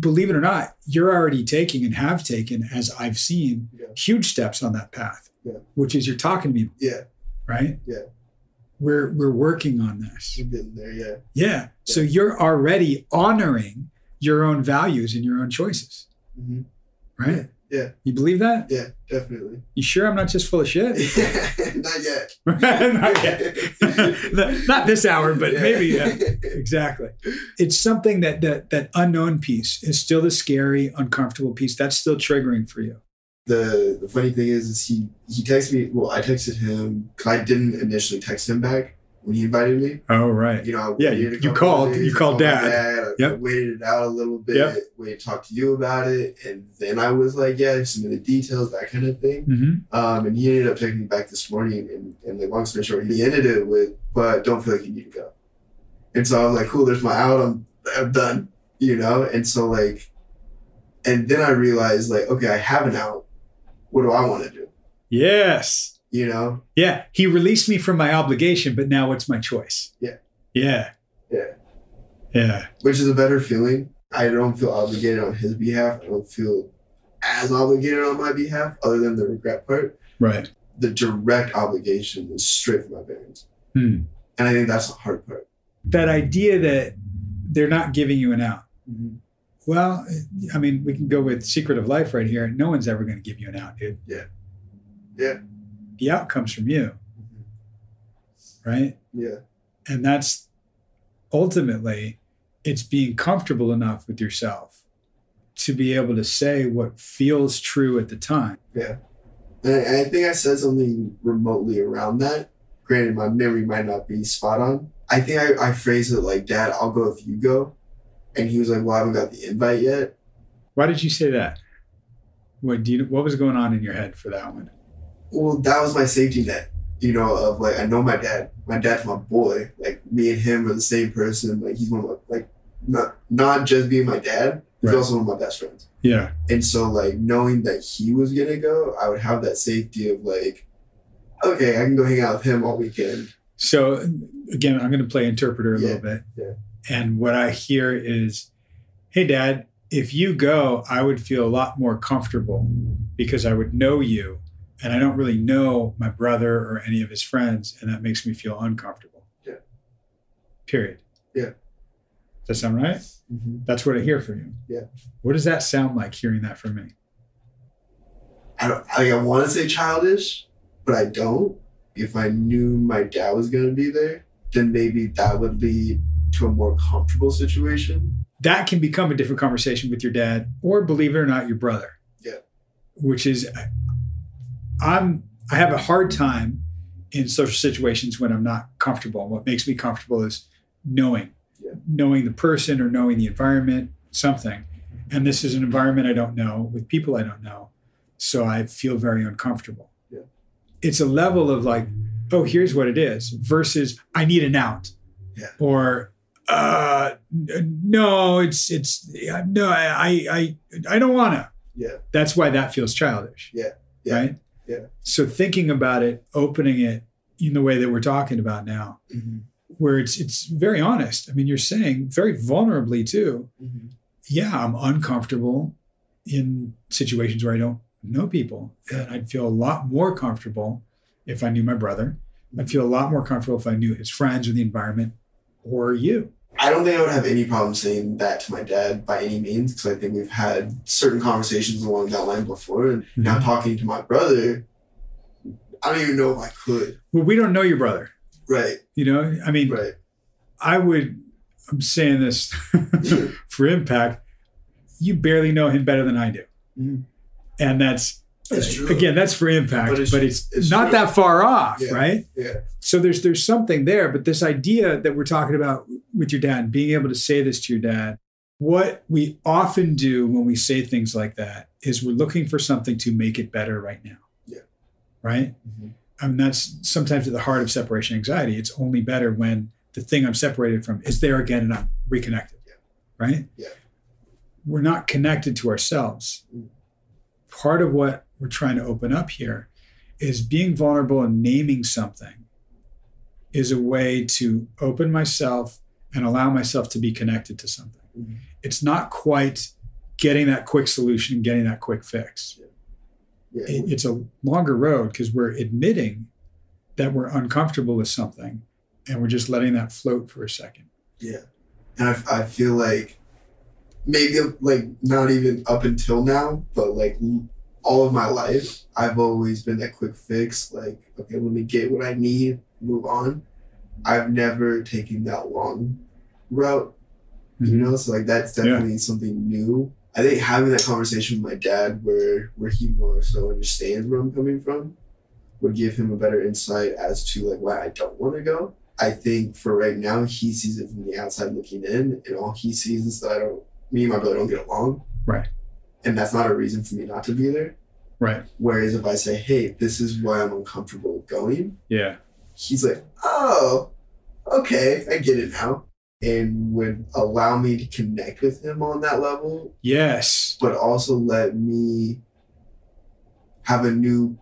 believe it or not, you're already taking and have taken, as I've seen,
Yeah.
huge steps on that path,
Yeah.
which is you're talking to me,
Yeah,
right?
Yeah.
We're we're working on this.
we're getting there. Yeah.
Yeah. So you're already honoring your own values and your own choices,
Mhm.
right?
Yeah.
You believe that?
Yeah, definitely.
You sure I'm not just full of shit?
Not yet.
not, yet. Not this hour, but
Yeah.
maybe. Yeah. exactly it's something that that that unknown piece is still the scary uncomfortable piece that's still triggering for you
The the funny thing is, is he he texted me. Well, I texted him 'cause I didn't initially text him back when he invited me.
oh right
You know, I
Yeah,
waited
you-
a
you
couple
called-
days,
you called
I my
Dad.
I- I
Yep.
waited it out a little bit.
Yep.
Waited to talk to you about it, and then I was like, yeah, some of the details, that kind of thing.
mm-hmm.
Um, and he ended up taking me back this morning, and, and like long story short, he ended it with, "But don't feel like you need to go." And so I was like, "Cool, there's my out. I'm I'm done," you know. And so like, and then I realized like, okay, I have an out. What do I want to do?
yes
you know?
Yeah, he released me from my obligation, but now it's my choice.
Yeah.
Yeah.
Yeah.
Yeah.
Which is a better feeling. I don't feel obligated on his behalf. I don't feel as obligated on my behalf, other than the regret part.
Right.
The direct obligation is straight from my parents.
Hmm.
And I think that's the hard part.
That idea that they're not giving you an out. Well, I mean, we can go with Secret of Life right here. No one's ever going to give you an out, dude.
Yeah. Yeah.
The out comes from you, right?
Yeah.
And that's ultimately it's being comfortable enough with yourself to be able to say what feels true at the time.
And I, I think I said something remotely around that. Granted, my memory might not be spot on. I think I, I phrased it like, Dad, I'll go if you go. And he was like, Well, I haven't got the invite yet.
Why did you say that? What do you what was going on in your head for that one?
well, that was my safety net, you know, of like I know my dad. My dad's my boy. Like me and him are the same person. Like he's one of my like not not just being my dad, he's
Right.
also one of my best friends.
Yeah.
And so like knowing that he was gonna go, I would have that safety of like, okay, I can go hang out with him all weekend.
So again, I'm going to play interpreter a little bit.
yeah.
And what I hear is, "Hey, Dad, if you go, I would feel a lot more comfortable because I would know you, and I don't really know my brother or any of his friends, and that makes me feel uncomfortable."
Yeah.
Period.
Yeah.
Does that sound right? That's what I hear from you.
Yeah.
What does that sound like hearing that from me?
I don't, I, I want to say childish, but I don't. If I knew my dad was gonna be there, then maybe that would lead to a more comfortable situation.
that can become a different conversation with your dad or believe it or not your brother
Yeah.
which is I- i'm i have a hard time in social situations when i'm not comfortable and what makes me comfortable is knowing
Yeah.
knowing the person or knowing the environment something and this is an environment i don't know with people i don't know so i feel very uncomfortable
Yeah.
it's a level of like oh here's what it is versus i need an out
Yeah.
or uh n- no it's it's yeah, no i i i don't want to
Yeah.
that's why that feels childish
Yeah. Yeah.
right
Yeah.
so thinking about it opening it in the way that we're talking about now where it's it's very honest i mean you're saying very vulnerably too yeah i'm uncomfortable in situations where i don't know people and i'd feel a lot more comfortable if i knew my brother i'd feel a lot more comfortable if i knew his friends or the environment or you
I don't think I would have any problem saying that to my dad by any means because I think we've had certain conversations along that line before. And now talking to my brother, I don't even know if I could.
Well, we don't know your brother.
Right,
You know, I mean,
right.
I would, I'm saying this for impact. You barely know him better than I do.
Mhm.
And that's,
It's true.
again, that's for impact,
But
but
it's-
it's,
it's
not
true.
that far off,
Yeah,
right?
yeah.
So there's, there's something there, but this idea that we're talking about with your dad, being able to say this to your dad, what we often do when we say things like that is we're looking for something to make it better right now.
Yeah.
Right? I mean, that's sometimes at the heart of separation anxiety. It's only better when the thing I'm separated from is there again and I'm reconnected.
Yeah.
Right?
Yeah.
We're not connected to ourselves.
Mm.
Part of what we're trying to open up here is being vulnerable and naming something is a way to open myself and allow myself to be connected to something.
Mhm.
It's not quite getting that quick solution, getting that quick fix
Yeah.
it, it's a longer road because we're admitting that we're uncomfortable with something and we're just letting that float for a second.
Yeah. And I, I feel like maybe like not even up until now, but like l- all of my life, I've always been that quick fix. Like, okay, let me get what I need, move on. I've never taken that long route, you know? So like that's definitely something new. I think having that conversation with my dad where where he more so understands where I'm coming from would give him a better insight as to like why I don't want to go. I think for right now, he sees it from the outside looking in, and all he sees is that I don't, me and my brother don't get along.
Right.
And that's not a reason for me not to be there.
Right.
Whereas if I say, hey, this is why I'm uncomfortable going,
Yeah.
he's like, oh, okay, I get it now. And would allow me to connect with him on that level,
Yes.
but also let me have a new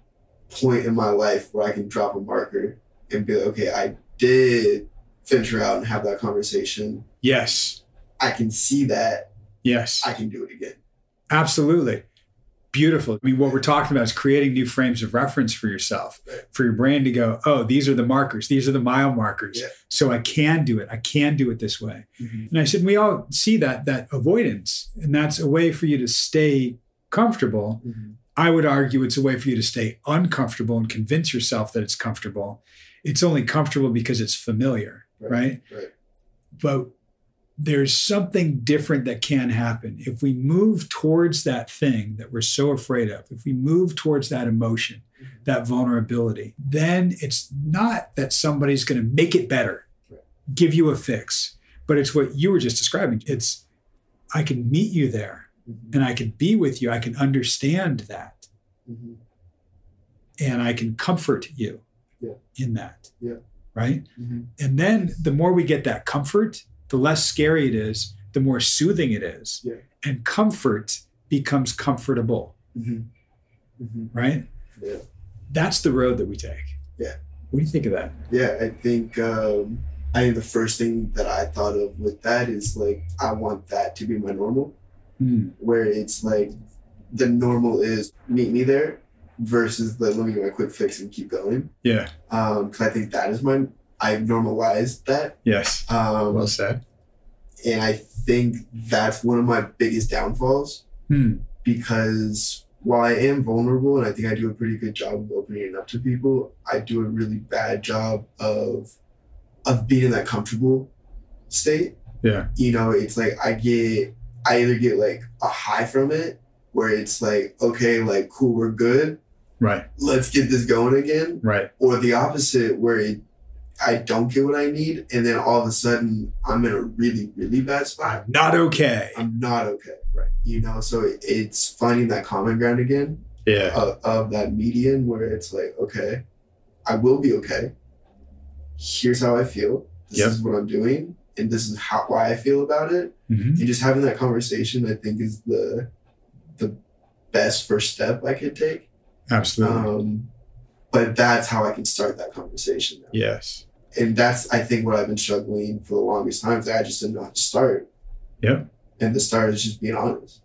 point in my life where I can drop a marker and be like, okay, I did venture out and have that conversation.
Yes.
I can see that.
Yes.
I can do it again.
Absolutely. Beautiful. I mean, what we're talking about is creating new frames of reference for yourself, for your brain to go, oh, these are the markers, these are the mile markers.
Yeah.
So I can do it. I can do it this way. And I said, we all see that, that avoidance, and that's a way for you to stay comfortable.
Mhm.
I would argue it's a way for you to stay uncomfortable and convince yourself that it's comfortable. It's only comfortable because it's familiar,
Right.
right?
Right.
But there's something different that can happen. If we move towards that thing that we're so afraid of, if we move towards that emotion, that vulnerability, then it's not that somebody's going to make it better,
Right.
give you a fix, but it's what you were just describing. It's, I can meet you there
Mhm.
and I can be with you. I can understand that
Mhm.
and I can comfort you
Yeah.
in that.
Yeah.
Right.
Mhm.
And then the more we get that comfort, the less scary it is, the more soothing it is.
Yeah.
And comfort becomes comfortable.
Mhm. Mhm.
Right.
Yeah.
That's the road that we take.
Yeah.
What do you think of that?
Yeah, I think um, I think the first thing that I thought of with that is like I want that to be my normal.
Hmm.
where it's like the normal is meet me there versus the let me get my quick fix and keep going.
Yeah.
Um, 'cause I think that is my I've normalized that.
Yes.
Um,
Well said.
and I think that's one of my biggest downfalls
Hmm.
because while I am vulnerable and I think I do a pretty good job of opening it up to people, I do a really bad job of of being in that comfortable state
Yeah.
you know, it's like I get, I either get like a high from it where it's like, okay, like, cool, we're good.
Right.
Let's get this going again.
Right.
Or the opposite where it, I don't get what I need. And then all of a sudden I'm in a really, really bad spot.
I'm not okay.
I'm not okay.
Right.
You know, so it- it's finding that common ground again
Yeah.
of, of that median where it's like, okay, I will be okay. Here's how I feel. This
Yep.
is what I'm doing. And this is how why I feel about it
Mhm.
and just having that conversation i think is the the best first step i could take
Absolutely.
um, but that's how i can start that conversation now.
yes.
and that's i think what i've been struggling for the longest time is i just didn't know how to start
Yep.
and the start is just being honest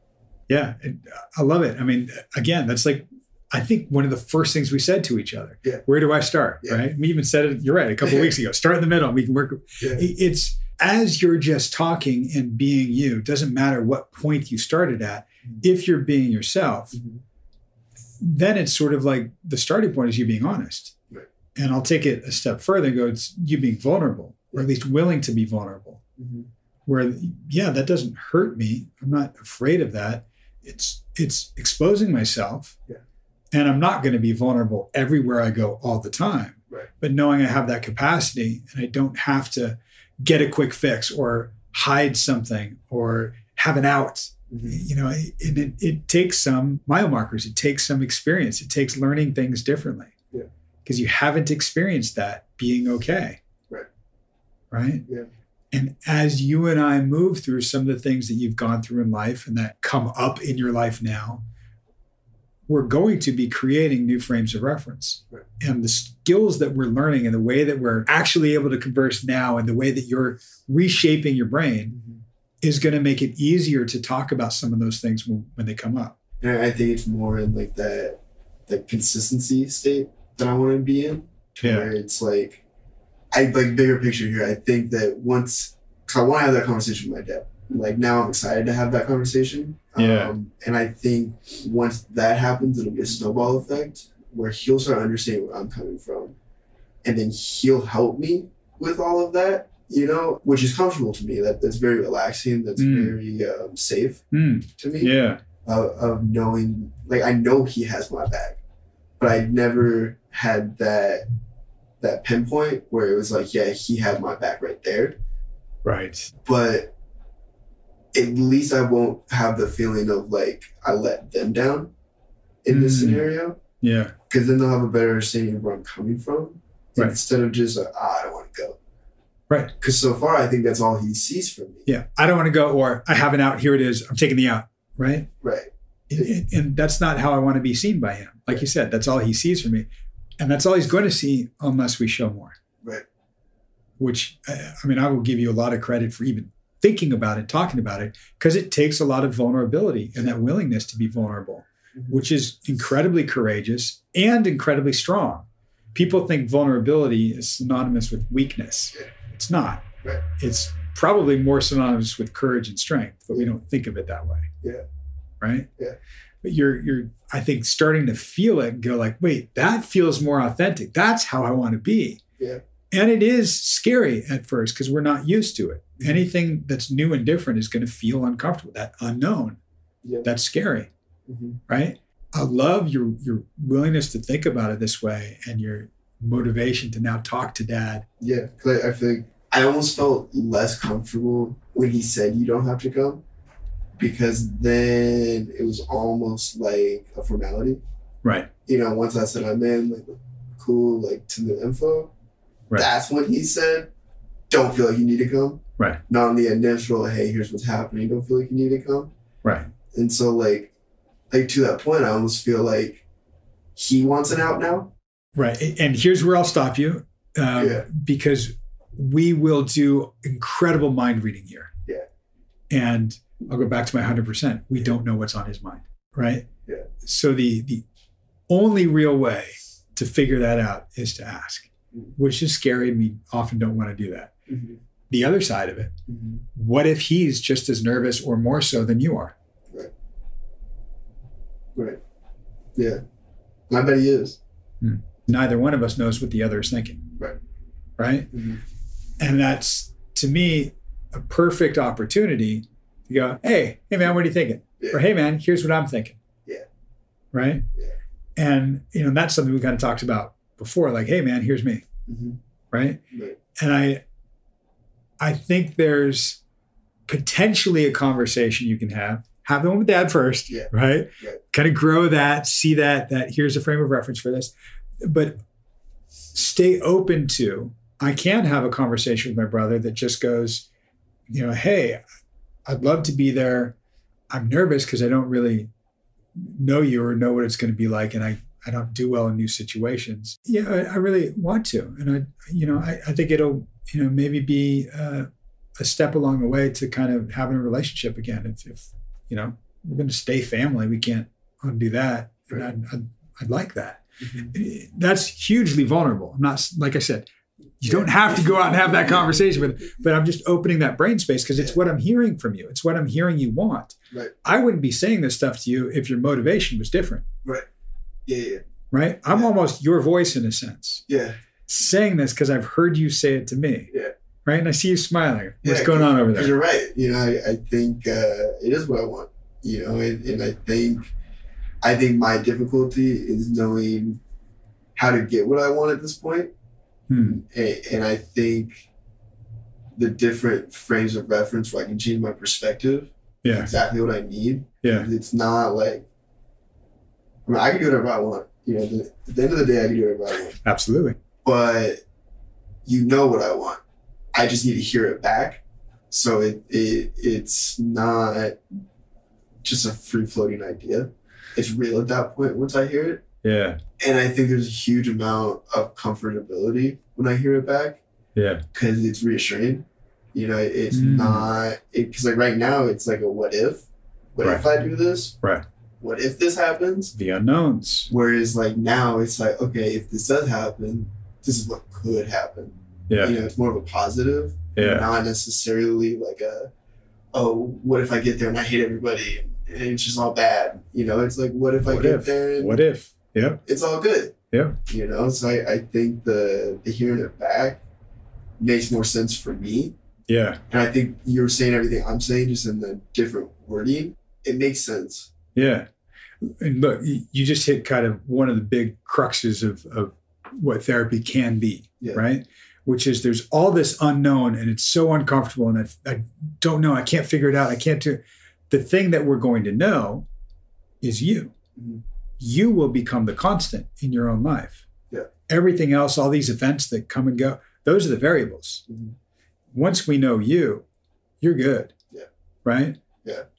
Yeah, and uh, I love it. I mean, again, that's like I think one of the first things we said to each other.
Yeah.
Where do I start?
Yeah.
Right? We even said it. You're right. A couple
Yeah.
weeks ago, start in the middle. We can work.
yeah
It- It's as you're just talking and being you. Doesn't matter what point you started at.
Mhm.
If you're being yourself,
Mhm.
then it's sort of like the starting point is you being honest.
Right.
And I'll take it a step further and go, it's you being vulnerable, or at least willing to be vulnerable
Mhm.
where yeah that doesn't hurt me i'm not afraid of that it's it's exposing myself
Yeah.
and i'm not going to be vulnerable everywhere i go all the time
Right.
but knowing i have that capacity and i don't have to get a quick fix or hide something or have an out
Mhm.
you know it, it, it takes some mile markers it takes some experience it takes learning things differently
Yeah.
because you haven't experienced that being okay
Right.
right
Yeah.
and as you and i move through some of the things that you've gone through in life and that come up in your life now we're going to be creating new frames of reference
Right.
and the skills that we're learning and the way that we're actually able to converse now and the way that you're reshaping your brain
Mhm.
is going to make it easier to talk about some of those things when, when they come up.
and i think it's more in like that that consistency state that i want to be in where it's like I like bigger picture here. I think that once cause I want to have that conversation with my dad. Like now, I'm excited to have that conversation.
Yeah.
Um, and I think once that happens, it'll be a snowball effect where he'll start understanding where I'm coming from, and then he'll help me with all of that. You know, which is comfortable to me. That that's very relaxing. That's
Mm.
very um, safe
Mm,
to me
yeah.
of, of knowing like I know he has my back, but I never had that that pinpoint where it was like, yeah, he had my back right there.
Right.
But at least I won't have the feeling of like I let them down in this
Mm.
scenario.
Yeah.
Cause then they'll have a better understanding of where I'm coming from.
Right.
Instead of just like, ah, I don't want to go.
Right.
Cause so far I think that's all he sees from me.
Yeah. I don't want to go, or I have an out. Here it is. I'm taking the out. Right.
Right.
And, and that's not how I want to be seen by him. Like you said, that's all he sees from me. And that's all he's going to see unless we show more.
Right.
Which, uh, I mean, I will give you a lot of credit for even thinking about it, talking about it, because it takes a lot of vulnerability and that willingness to be vulnerable,
Mhm.
which is incredibly courageous and incredibly strong. People think vulnerability is synonymous with weakness. It's not.
Right.
It's probably more synonymous with courage and strength, but we don't think of it that way.
Yeah.
Right?
Yeah.
But you're you're I think starting to feel it and go like, wait, that feels more authentic. That's how I want to be.
Yeah.
And it is scary at first because we're not used to it. Anything that's new and different is going to feel uncomfortable. That unknown,
Yeah.
that's scary
hmm
right? I love your your willingness to think about it this way and your motivation to now talk to dad.
Yeah, because I, I feel like I almost felt less comfortable when he said you don't have to come, because then it was almost like a formality.
Right.
You know, once I said I'm in, like, cool, like to the info.
Right.
That's when he said, "Don't feel like you need to come."
Right.
Not on the initial, "Hey, here's what's happening." Don't feel like you need to come.
Right.
And so, like, like to that point, I almost feel like he wants an out now.
Right. A- And here's where I'll stop you um,
Yeah.
because we will do incredible mind reading here.
Yeah.
And I'll go back to my 100%. We don't know what's on his mind. Right.
Yeah.
So the, the only real way to figure that out is to ask,
Mhm.
which is scary. and We often don't want to do that. The other side of it, what if he's just as nervous or more so than you are?
Right. Yeah. And I bet he is.
Neither one of us knows what the other is thinking.
Right.
Right. And that's to me a perfect opportunity to go, hey, hey man, what are you thinking?
Yeah.
Or hey man, here's what I'm thinking.
Yeah.
Right?
Yeah.
And you know, that's something we kind of talked about before, like, hey man, here's me.
hmm
Right.
Right.
And I I think there's potentially a conversation you can have. Have the one with dad first.
Yeah.
Right.
Right.
Kind of grow that, see that, that here's a frame of reference for this. But stay open to I can have a conversation with my brother that just goes, you know, hey, I'd love to be there. I'm nervous because I don't really know you or know what it's going to be like. And I, I don't do well in new situations. Yeah, I, I really want to. And I, you know, I, I think it'll, you know, maybe be uh, a step along the way to kind of having a relationship again. If, if you know, we're going to stay family, we can't undo that. And
Right.
I'd, I'd, I'd like that Mm-hmm. that's hugely vulnerable. I'm not like I said, you don't have to go out and have that conversation with, but I'm just opening that brain space because it's what I'm hearing from you. It's what I'm hearing you want.
Right.
I wouldn't be saying this stuff to you if your motivation was different,
Yeah, yeah,
right? I'm
Yeah.
almost your voice in a sense,
yeah.
saying this because I've heard you say it to me.
Yeah.
Right. And I see you smiling. What's
Yeah,
going on over
Because
there?
you're right. You know, I, I think uh, it is what I want. You know, and, and I think, I think my difficulty is knowing how to get what I want at this point.
Hmm.
and, and I think the different frames of reference where I can change my perspective is
Yeah.
exactly what I need.
Yeah.
It's not like I mean I can do whatever I want. You know, the, at the end of the day I can do whatever I want.
Absolutely.
But you know what I want. I just need to hear it back. So it, it it's not just a free floating idea. It's real at that point once I hear it.
Yeah.
And I think there's a huge amount of comfortability when I hear it back
Yeah.
because it's reassuring. You know, it's
Mm.
not because like right now it's like a what if, what if I do this,
Right.
What if this happens?
The unknowns.
Whereas like now it's like okay, if this does happen, this is what could happen.
Yeah.
You know, it's more of a positive,
Yeah.
not necessarily like a oh, what if I get there and I hate everybody and it's just all bad. You know, it's like what if I
What
get
if?
there and
What if? Yep.
it's all good.
Yeah.
You know, so I, I think the the hearing it back makes more sense for me
Yeah.
and I think you're saying everything I'm saying, just in the different wording. It makes sense.
Yeah. And look, y- you just hit kind of one of the big cruxes of, of what therapy can be,
Yeah.
right? Which is there's all this unknown and it's so uncomfortable and I, I don't know, I can't figure it out, I can't do The thing that we're going to know is you.
Mhm.
You will become the constant in your own life.
Yeah.
Everything else, all these events that come and go, those are the variables.
Mhm.
Once we know you, you're good.
Yeah.
Right?
Yeah.
Mm-hmm.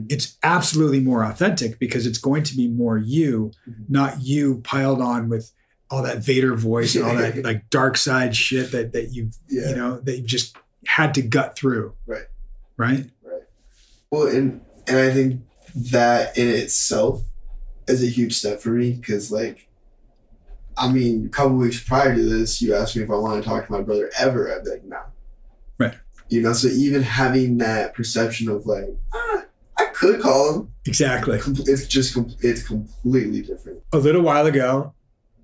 Mhm.
it's absolutely more authentic because it's going to be more you,
Mhm.
not you piled on with all that Vader voice and all that like dark side shit that that you've
Yeah.
you know that you've just had to gut through.
Right.
Right.
Well, and and I think that in itself is a huge step for me because, like, I mean, a couple weeks prior to this, you asked me if I want to talk to my brother ever. I'd be like, no.
Right.
You know, so even having that perception of like, ah, I could call him.
Exactly.
com- It's just com- it's completely different.
a little while ago,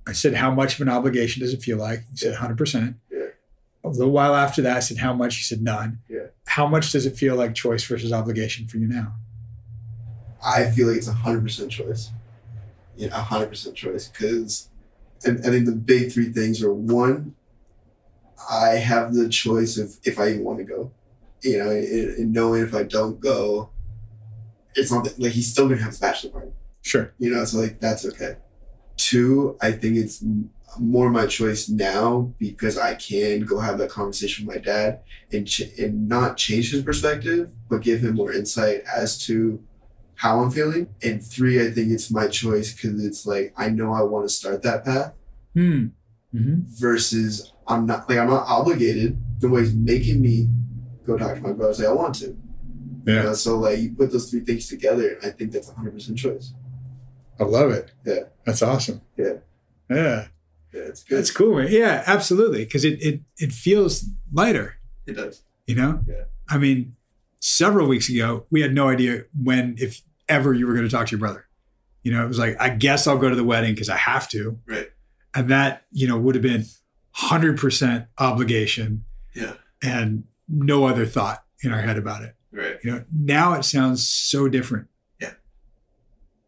I said, How much of an obligation does it feel like? He said, 100%.
Yeah.
A little while after that, I said, How much? He said, None.
Yeah.
How much does it feel like choice versus obligation for you now?
I feel like it's a hundred percent choice. Yeah, a hundred percent choice. Because, and I think the big three things are one, I have the choice of if I even want to go. You know, and, and knowing if I don't go, it's not that, like he's still gonna have his bachelor party.
Sure.
You know, so like that's okay. Two, I think it's m- more my choice now because I can go have that conversation with my dad and ch- and not change his perspective, but give him more insight as to how I'm feeling. And three, I think it's my choice because it's like I know I want to start that path
Hmm. hmm
versus I'm not like I'm not obligated. The way he's making me go talk to my brother, say I want to. You
Yeah.
know, so like you put those three things together, and I think that's 100 percent choice.
I love it.
Yeah.
That's awesome.
Yeah.
Yeah.
Yeah, it's good.
That's cool, man. Yeah, absolutely. Because it, it, it feels lighter,
it does.
you know?
Yeah.
I mean, several weeks ago, we had no idea when, if ever, you were going to talk to your brother. You know, it was like, I guess I'll go to the wedding because I have to.
Right.
and that you know would have been 100% obligation
Yeah.
and no other thought in our head about it
Right.
you know now it sounds so different
Yeah.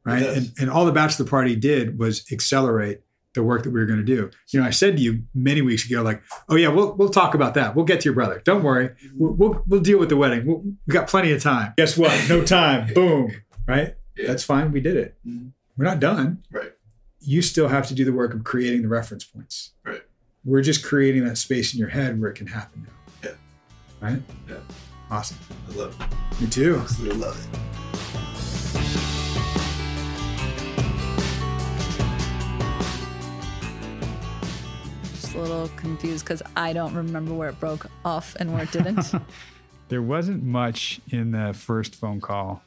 right
It does.
and, and all the bachelor party did was accelerate the work that we were going to do you know i said to you many weeks ago like oh yeah we'll, we'll talk about that we'll get to your brother don't worry we'll, we'll, we'll deal with the wedding we'll, we got plenty of time guess what no time boom right
Yeah.
that's fine we did it
Mhm.
we're not done
Right.
you still have to do the work of creating the reference points
Right.
we're just creating that space in your head where it can happen now yeah right
Yeah.
awesome
I love it.
me too
Absolutely love it.
Just a little confused because I don't remember where it broke off and where it didn't.
there wasn't much in the first phone call.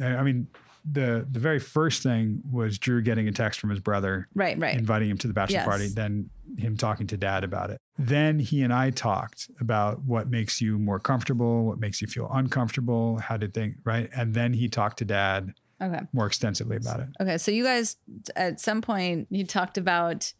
I I mean, the the very first thing was Drew getting a text from his brother
right, right.
inviting him to the bachelor
Yes.
party, then him talking to dad about it. Then he and I talked about what makes you more comfortable, what makes you feel uncomfortable, how to think, right? And then he talked to dad
Okay.
more extensively about it.
Okay. So you guys, at some point, you talked about,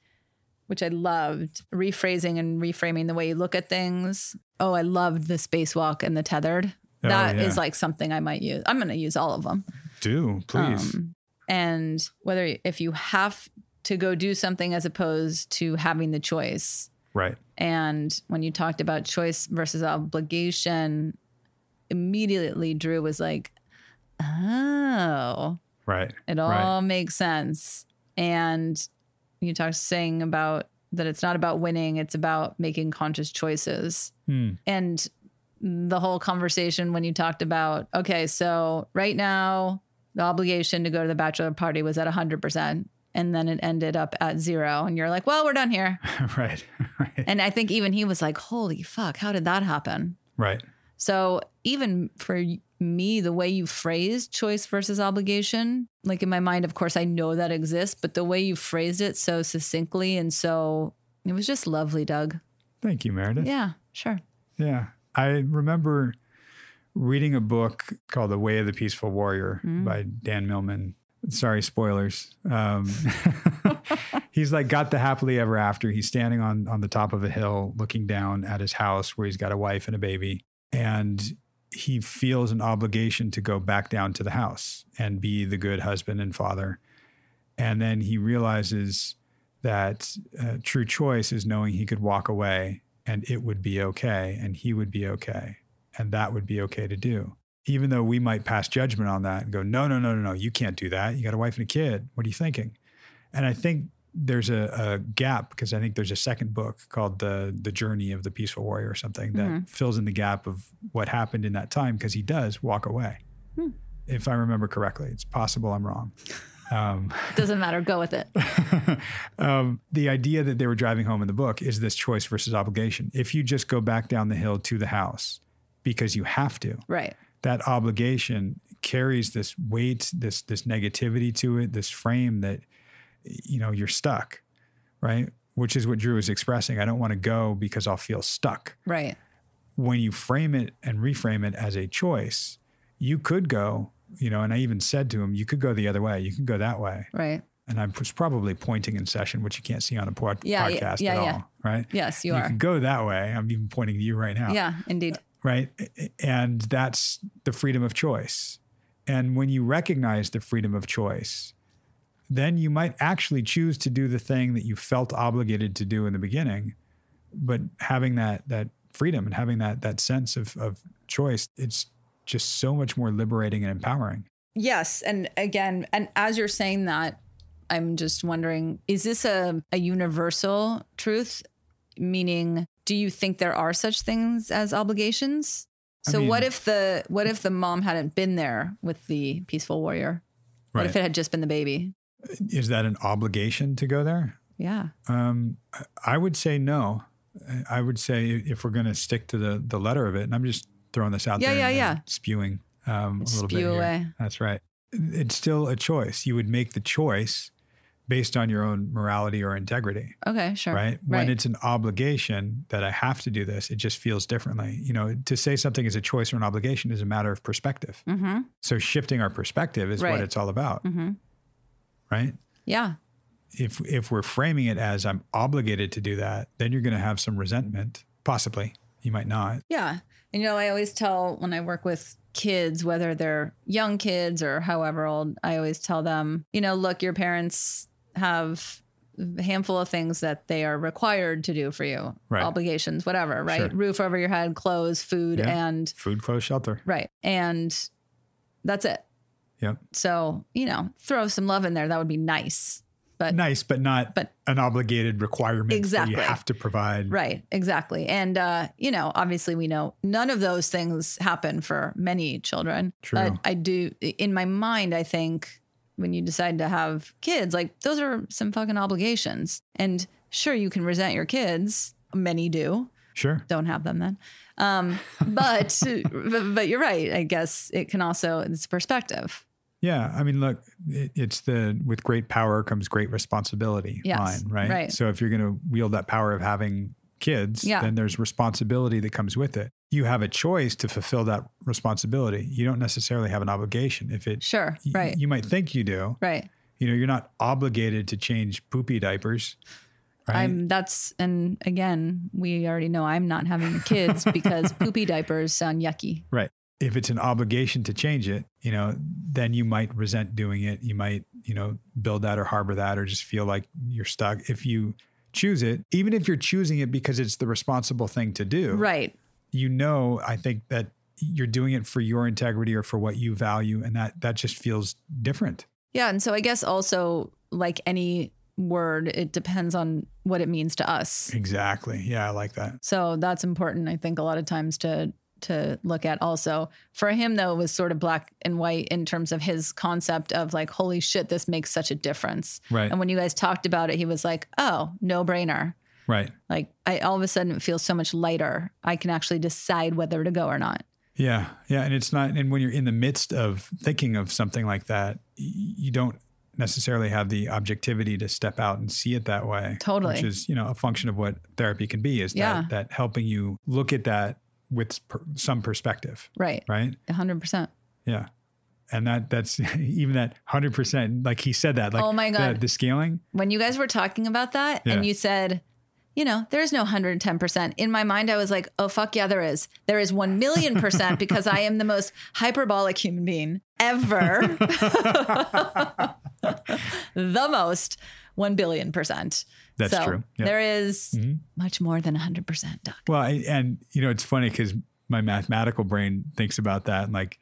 which I loved, rephrasing and reframing the way you look at things. Oh, I loved the spacewalk and the tethered.
Oh,
That is
yeah.
like something I might use. I'm going to use all of them.
Do please.
Um, and whether if you have to go do something as opposed to having the choice.
right.
And when you talked about choice versus obligation, immediately Drew was like, oh,
Right.
it
Right.
all makes sense. And you talked saying about that it's not about winning, it's about making conscious choices.
Hmm.
And the whole conversation when you talked about, okay, so right now the obligation to go to the bachelor party was at 100%. And then it ended up at zero. And you're like, well, we're done here.
right. Right.
And I think even he was like, holy fuck, how did that happen?
Right.
So even for y- me, the way you phrased choice versus obligation, like in my mind, of course, I know that exists, but the way you phrased it so succinctly and so it was just lovely, Doug.
Thank you, Meredith.
Yeah, sure.
Yeah. I remember reading a book called The Way of the Peaceful Warrior
Mm.
by Dan Millman. Sorry, spoilers. Um, he's like got the happily ever after. He's standing on on the top of a hill looking down at his house where he's got a wife and a baby. And he feels an obligation to go back down to the house and be the good husband and father. And then he realizes that uh, true choice is knowing he could walk away and it would be okay and he would be okay and that would be okay to do. Even though we might pass judgment on that and go, no, no, no, no, no, you can't do that. You got a wife and a kid. What are you thinking? And I think there's a, a gap because I think there's a second book called the the Journey of the Peaceful Warrior or something that fills in the gap of what happened in that time because he does walk away.
Hmm.
if I remember correctly. It's possible I'm wrong. Um,
Doesn't matter. Go with it.
um, the idea that they were driving home in the book is this choice versus obligation. If you just go back down the hill to the house because you have to,
Right.
that obligation carries this weight, this this negativity to it, this frame that you know you're stuck, right? Which is what Drew is expressing. I don't want to go because I'll feel stuck.
Right.
When you frame it and reframe it as a choice, you could go, you know, and I even said to him, you could go the other way, you could go that way.
Right.
And I was probably pointing in session, which you can't see on a pod-
Yeah, yeah,
podcast
yeah,
at all, right?
yeah. Yes, you,
you
are.
can go that way. I'm even pointing to you right now
yeah, indeed.
right? And that's the freedom of choice. And when you recognize the freedom of choice, then you might actually choose to do the thing that you felt obligated to do in the beginning. But having that that freedom and having that that sense of of choice, it's just so much more liberating and empowering.
Yes. And again, and as you're saying that, I'm just wondering is this a, a universal truth? Meaning, do you think there are such things as obligations?
I
So what
mean-
if the what if the mom hadn't been there with the peaceful warrior? What if it had just been the baby?
Is that an obligation to go there?
Yeah.
Um, I- I would say no. I- I would say if we're going to stick to the the letter of it, and I'm just throwing this out
Yeah,
there,
yeah,
and then
yeah.
spewing um, a little bit
Spew
here.
away.
That's right. It's still a choice. You would make the choice based on your own morality or integrity,
Okay, sure.
right? When it's an obligation that I have to do this, it just feels differently. You know, to say something is a choice or an obligation is a matter of perspective.
mm-hmm.
So shifting our perspective is
Right.
what it's all about,
Mm-hmm.
right?
Yeah.
if if we're framing it as I'm obligated to do that, then you're going to have some resentment. Possibly, you might not.
Yeah. And you know, I always tell when I work with kids, whether they're young kids or however old, I always tell them, you know, look, your parents have a handful of things that they are required to do for you
Right.
obligations, whatever, right?
Sure.
Roof over your head, clothes, food,
Yeah.
and
Food, clothes, shelter.
right. And that's it.
Yep.
So, you know, throw some love in there. That would be nice. But
Nice, but not
But-
an obligated requirement. where
Exactly.
you have to provide.
Right, exactly. And, uh, you know, obviously we know none of those things happen for many children.
True.
But I do, in my mind, I think when you decide to have kids, like those are some fucking obligations. And sure, you can resent your kids. Many do.
Sure.
Don't have them then. Um, but, but, but you're right. I guess it can also, it's perspective.
Yeah. I mean, look, it, it's the with great power comes great responsibility
Yes,
line, right?
right.
So if you're going to wield that power of having kids,
Yeah.
then there's responsibility that comes with it. You have a choice to fulfill that responsibility. You don't necessarily have an obligation. If it,
Sure.
y-
Right.
you might think you do,
Right.
you know you're not obligated to change poopy diapers right
I'm that's and again, we already know I'm not having kids because poopy diapers sound yucky.
if it's an obligation to change it you know then you might resent doing it you might you know build that or harbor that or just feel like you're stuck if you choose it even if you're choosing it because it's the responsible thing to do
Right.
you know i think that you're doing it for your integrity or for what you value and that that just feels different
Yeah. And so I guess also, like any word, it depends on what it means to us.
exactly yeah i like that
So that's important, I think, a lot of times to to look at also for him though it was sort of black and white in terms of his concept of like holy shit this makes such a difference
right
and when you guys talked about it he was like oh no brainer
right
like i all of a sudden it feels so much lighter i can actually decide whether to go or not
Yeah, yeah, and it's not. And when you're in the midst of thinking of something like that, y- you don't necessarily have the objectivity to step out and see it that way.
Totally.
which is you know a function of what therapy can be is
Yeah.
that that helping you look at that with per, some perspective,
right
right?
100%
Yeah, and that that's even that hundred percent. Like he said that, like
Oh my
the-
God.
the, scaling.
when you guys were talking about that
Yeah.
and you said, you know, there's no 110%. In my mind, I was like, oh, fuck yeah, there is. There is 1 million percent because I am the most hyperbolic human being ever. the most 1 billion percent.
That's
so
true. Yeah.
There is
Mhm.
much more than 100%, Doc.
Well, I, and you know it's funny because my mathematical brain thinks about that. And like,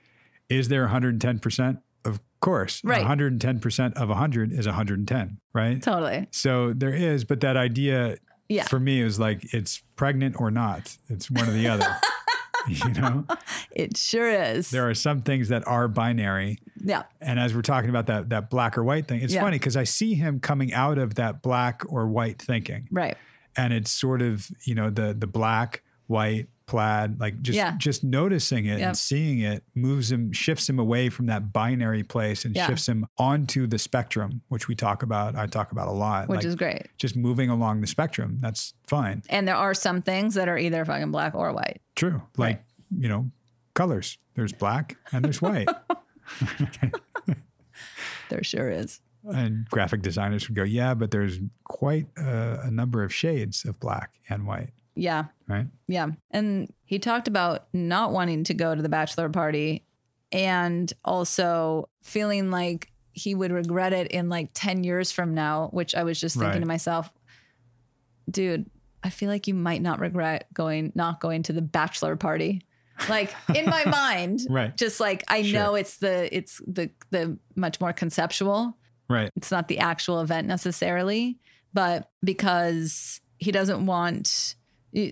is there 110 percent? Of course,
Right.
110 percent of 100 is 110, right?
Totally.
So there is, but that idea
Yeah.
for me is like it's pregnant or not. It's one or the other. you know,
It sure is.
there are some things that are binary.
yeah.
And as we're talking about that that black or white thing, it's
Yeah.
funny because I see him coming out of that black or white thinking,
Right.
and it's sort of you know the the black white plaid like just
Yeah.
just noticing it
Yep.
and seeing it moves him shifts him away from that binary place and
Yeah.
shifts him onto the spectrum which we talk about i talk about a lot
Which
like
is great.
just moving along the spectrum that's fine
And there are some things that are either fucking black or white.
true like you know colors there's black and there's white
There sure is.
and graphic designers would go yeah but there's quite a, a number of shades of black and white
Yeah.
right
Yeah. And he talked about not wanting to go to the bachelor party and also feeling like he would regret it in like 10 years from now, which I was just thinking
Right.
to myself, dude, I feel like you might not regret going, not going to the bachelor party. Like in my mind,
right
just like I
Sure.
know it's the, it's the, the much more conceptual,
right
it's not the actual event necessarily, but because he doesn't want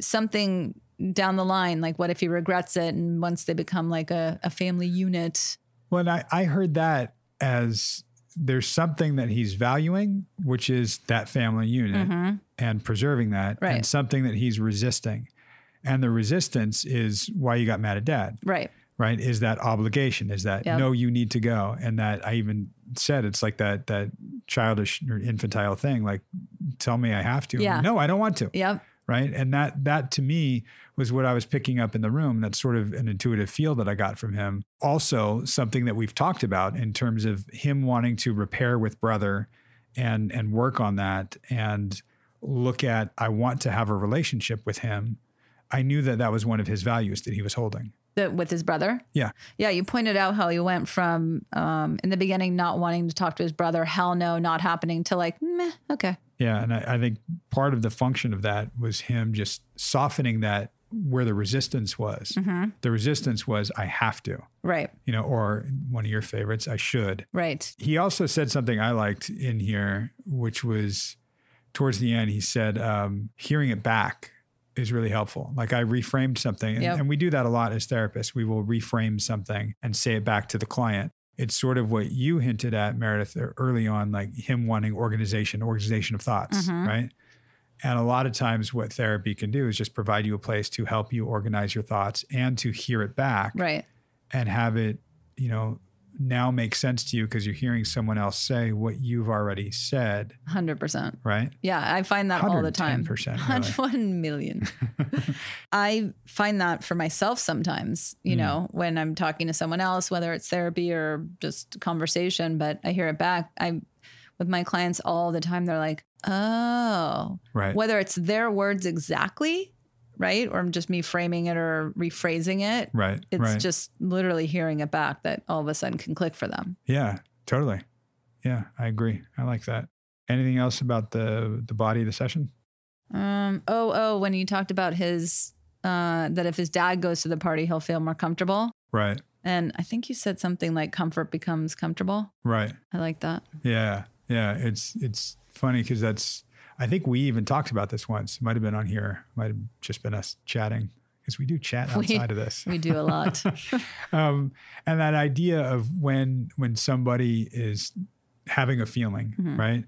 something down the line, like what if he regrets it and once they become like a, a family unit?
Well, and I, I heard that as there's something that he's valuing, which is that family unit and preserving that,
Mm-hmm. Right.
and something that he's resisting. And the resistance is why you got mad at dad,
Right.
right? Is that obligation? Is that
Yep.
no, you need to go? And that I even said it's like that that childish or infantile thing, like tell me I have to.
Yeah.
No, I don't want to
Yep.
right and that that to me was what i was picking up in the room that's sort of an intuitive feel that i got from him also something that we've talked about in terms of him wanting to repair with brother and and work on that and look at i want to have a relationship with him i knew that that was one of his values that he was holding
The, with his brother.
Yeah.
Yeah. You pointed out how he went from um, in the beginning not wanting to talk to his brother, hell no, not happening, to like, meh, okay.
yeah and i, I think part of the function of that was him just softening that where the resistance was
Mm.
the resistance was i have to
Right.
you know or one of your favorites i should
Right.
he also said something I liked in here, which was towards the end. He said, um, hearing it back is really helpful. Like I reframed something, and,
Yep.
and we do that a lot as therapists. We will reframe something and say it back to the client. It's sort of what you hinted at, Meredith, er, early on, like him wanting organization, organization of thoughts,
Mhm.
right? And a lot of times, what therapy can do is just provide you a place to help you organize your thoughts and to hear it back
Right.
and have it, you know, now make sense to you because you're hearing someone else say what you've already said,
100%.
right?
Yeah, I find that all the time.
110%, really.
101 million. I find that for myself sometimes, you
Mm.
know, when I'm talking to someone else, whether it's therapy or just conversation, but I hear it back. I with my clients all the time, they're like, "Oh."
Right.
Whether it's their words exactly, right? Or just me framing it or rephrasing it.
Right.
It's
right.
just literally hearing it back that all of a sudden can click for them.
yeah, totally. Yeah, I agree. I like that. Anything else about the the body of the session?
Um. Oh. Oh. When you talked about his, uh, that if his dad goes to the party, he'll feel more comfortable.
Right.
And I think you said something like comfort becomes comfortable.
Right.
I like that.
Yeah. Yeah. It's it's funny because that's I think we even talked about this once. It might have been on here. Might have just been us chatting because we do chat
We-
outside of this.
We do a lot.
um, and that idea of when when somebody is having a feeling,
Mhm.
right?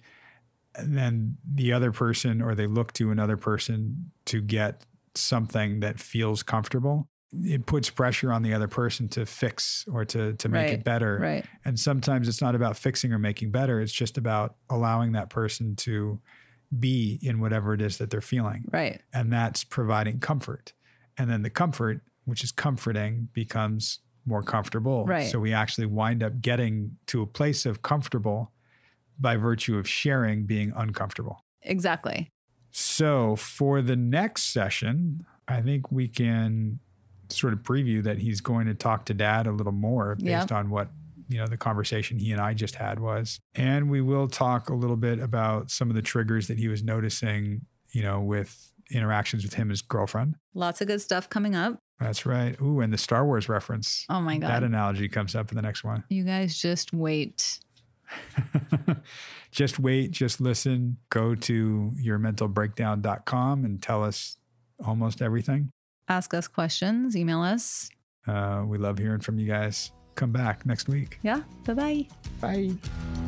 And then the other person, or they look to another person to get something that feels comfortable. It puts pressure on the other person to fix or to to make
Right,
it better.
right.
And sometimes it's not about fixing or making better. It's just about allowing that person to be in whatever it is that they're feeling
Right.
and that's providing comfort. And then the comfort, which is comforting, becomes more comfortable.
Right.
So we actually wind up getting to a place of comfortable by virtue of sharing being uncomfortable.
Exactly.
So for the next session, I think we can sort of preview that he's going to talk to dad a little more
Yeah.
based on what you know the conversation he and I just had was and we will talk a little bit about some of the triggers that he was noticing you know with interactions with him as girlfriend
Lots of good stuff coming up.
that's right ooh and the Star Wars reference
Oh my
that
god.
analogy comes up in the next one
you guys just wait.
just wait, just listen. Go to yourmentalbreakdown.com and tell us almost everything.
Ask us questions, email us.
Uh, we love hearing from you guys. Come back next week.
Yeah. Bye bye.
Bye.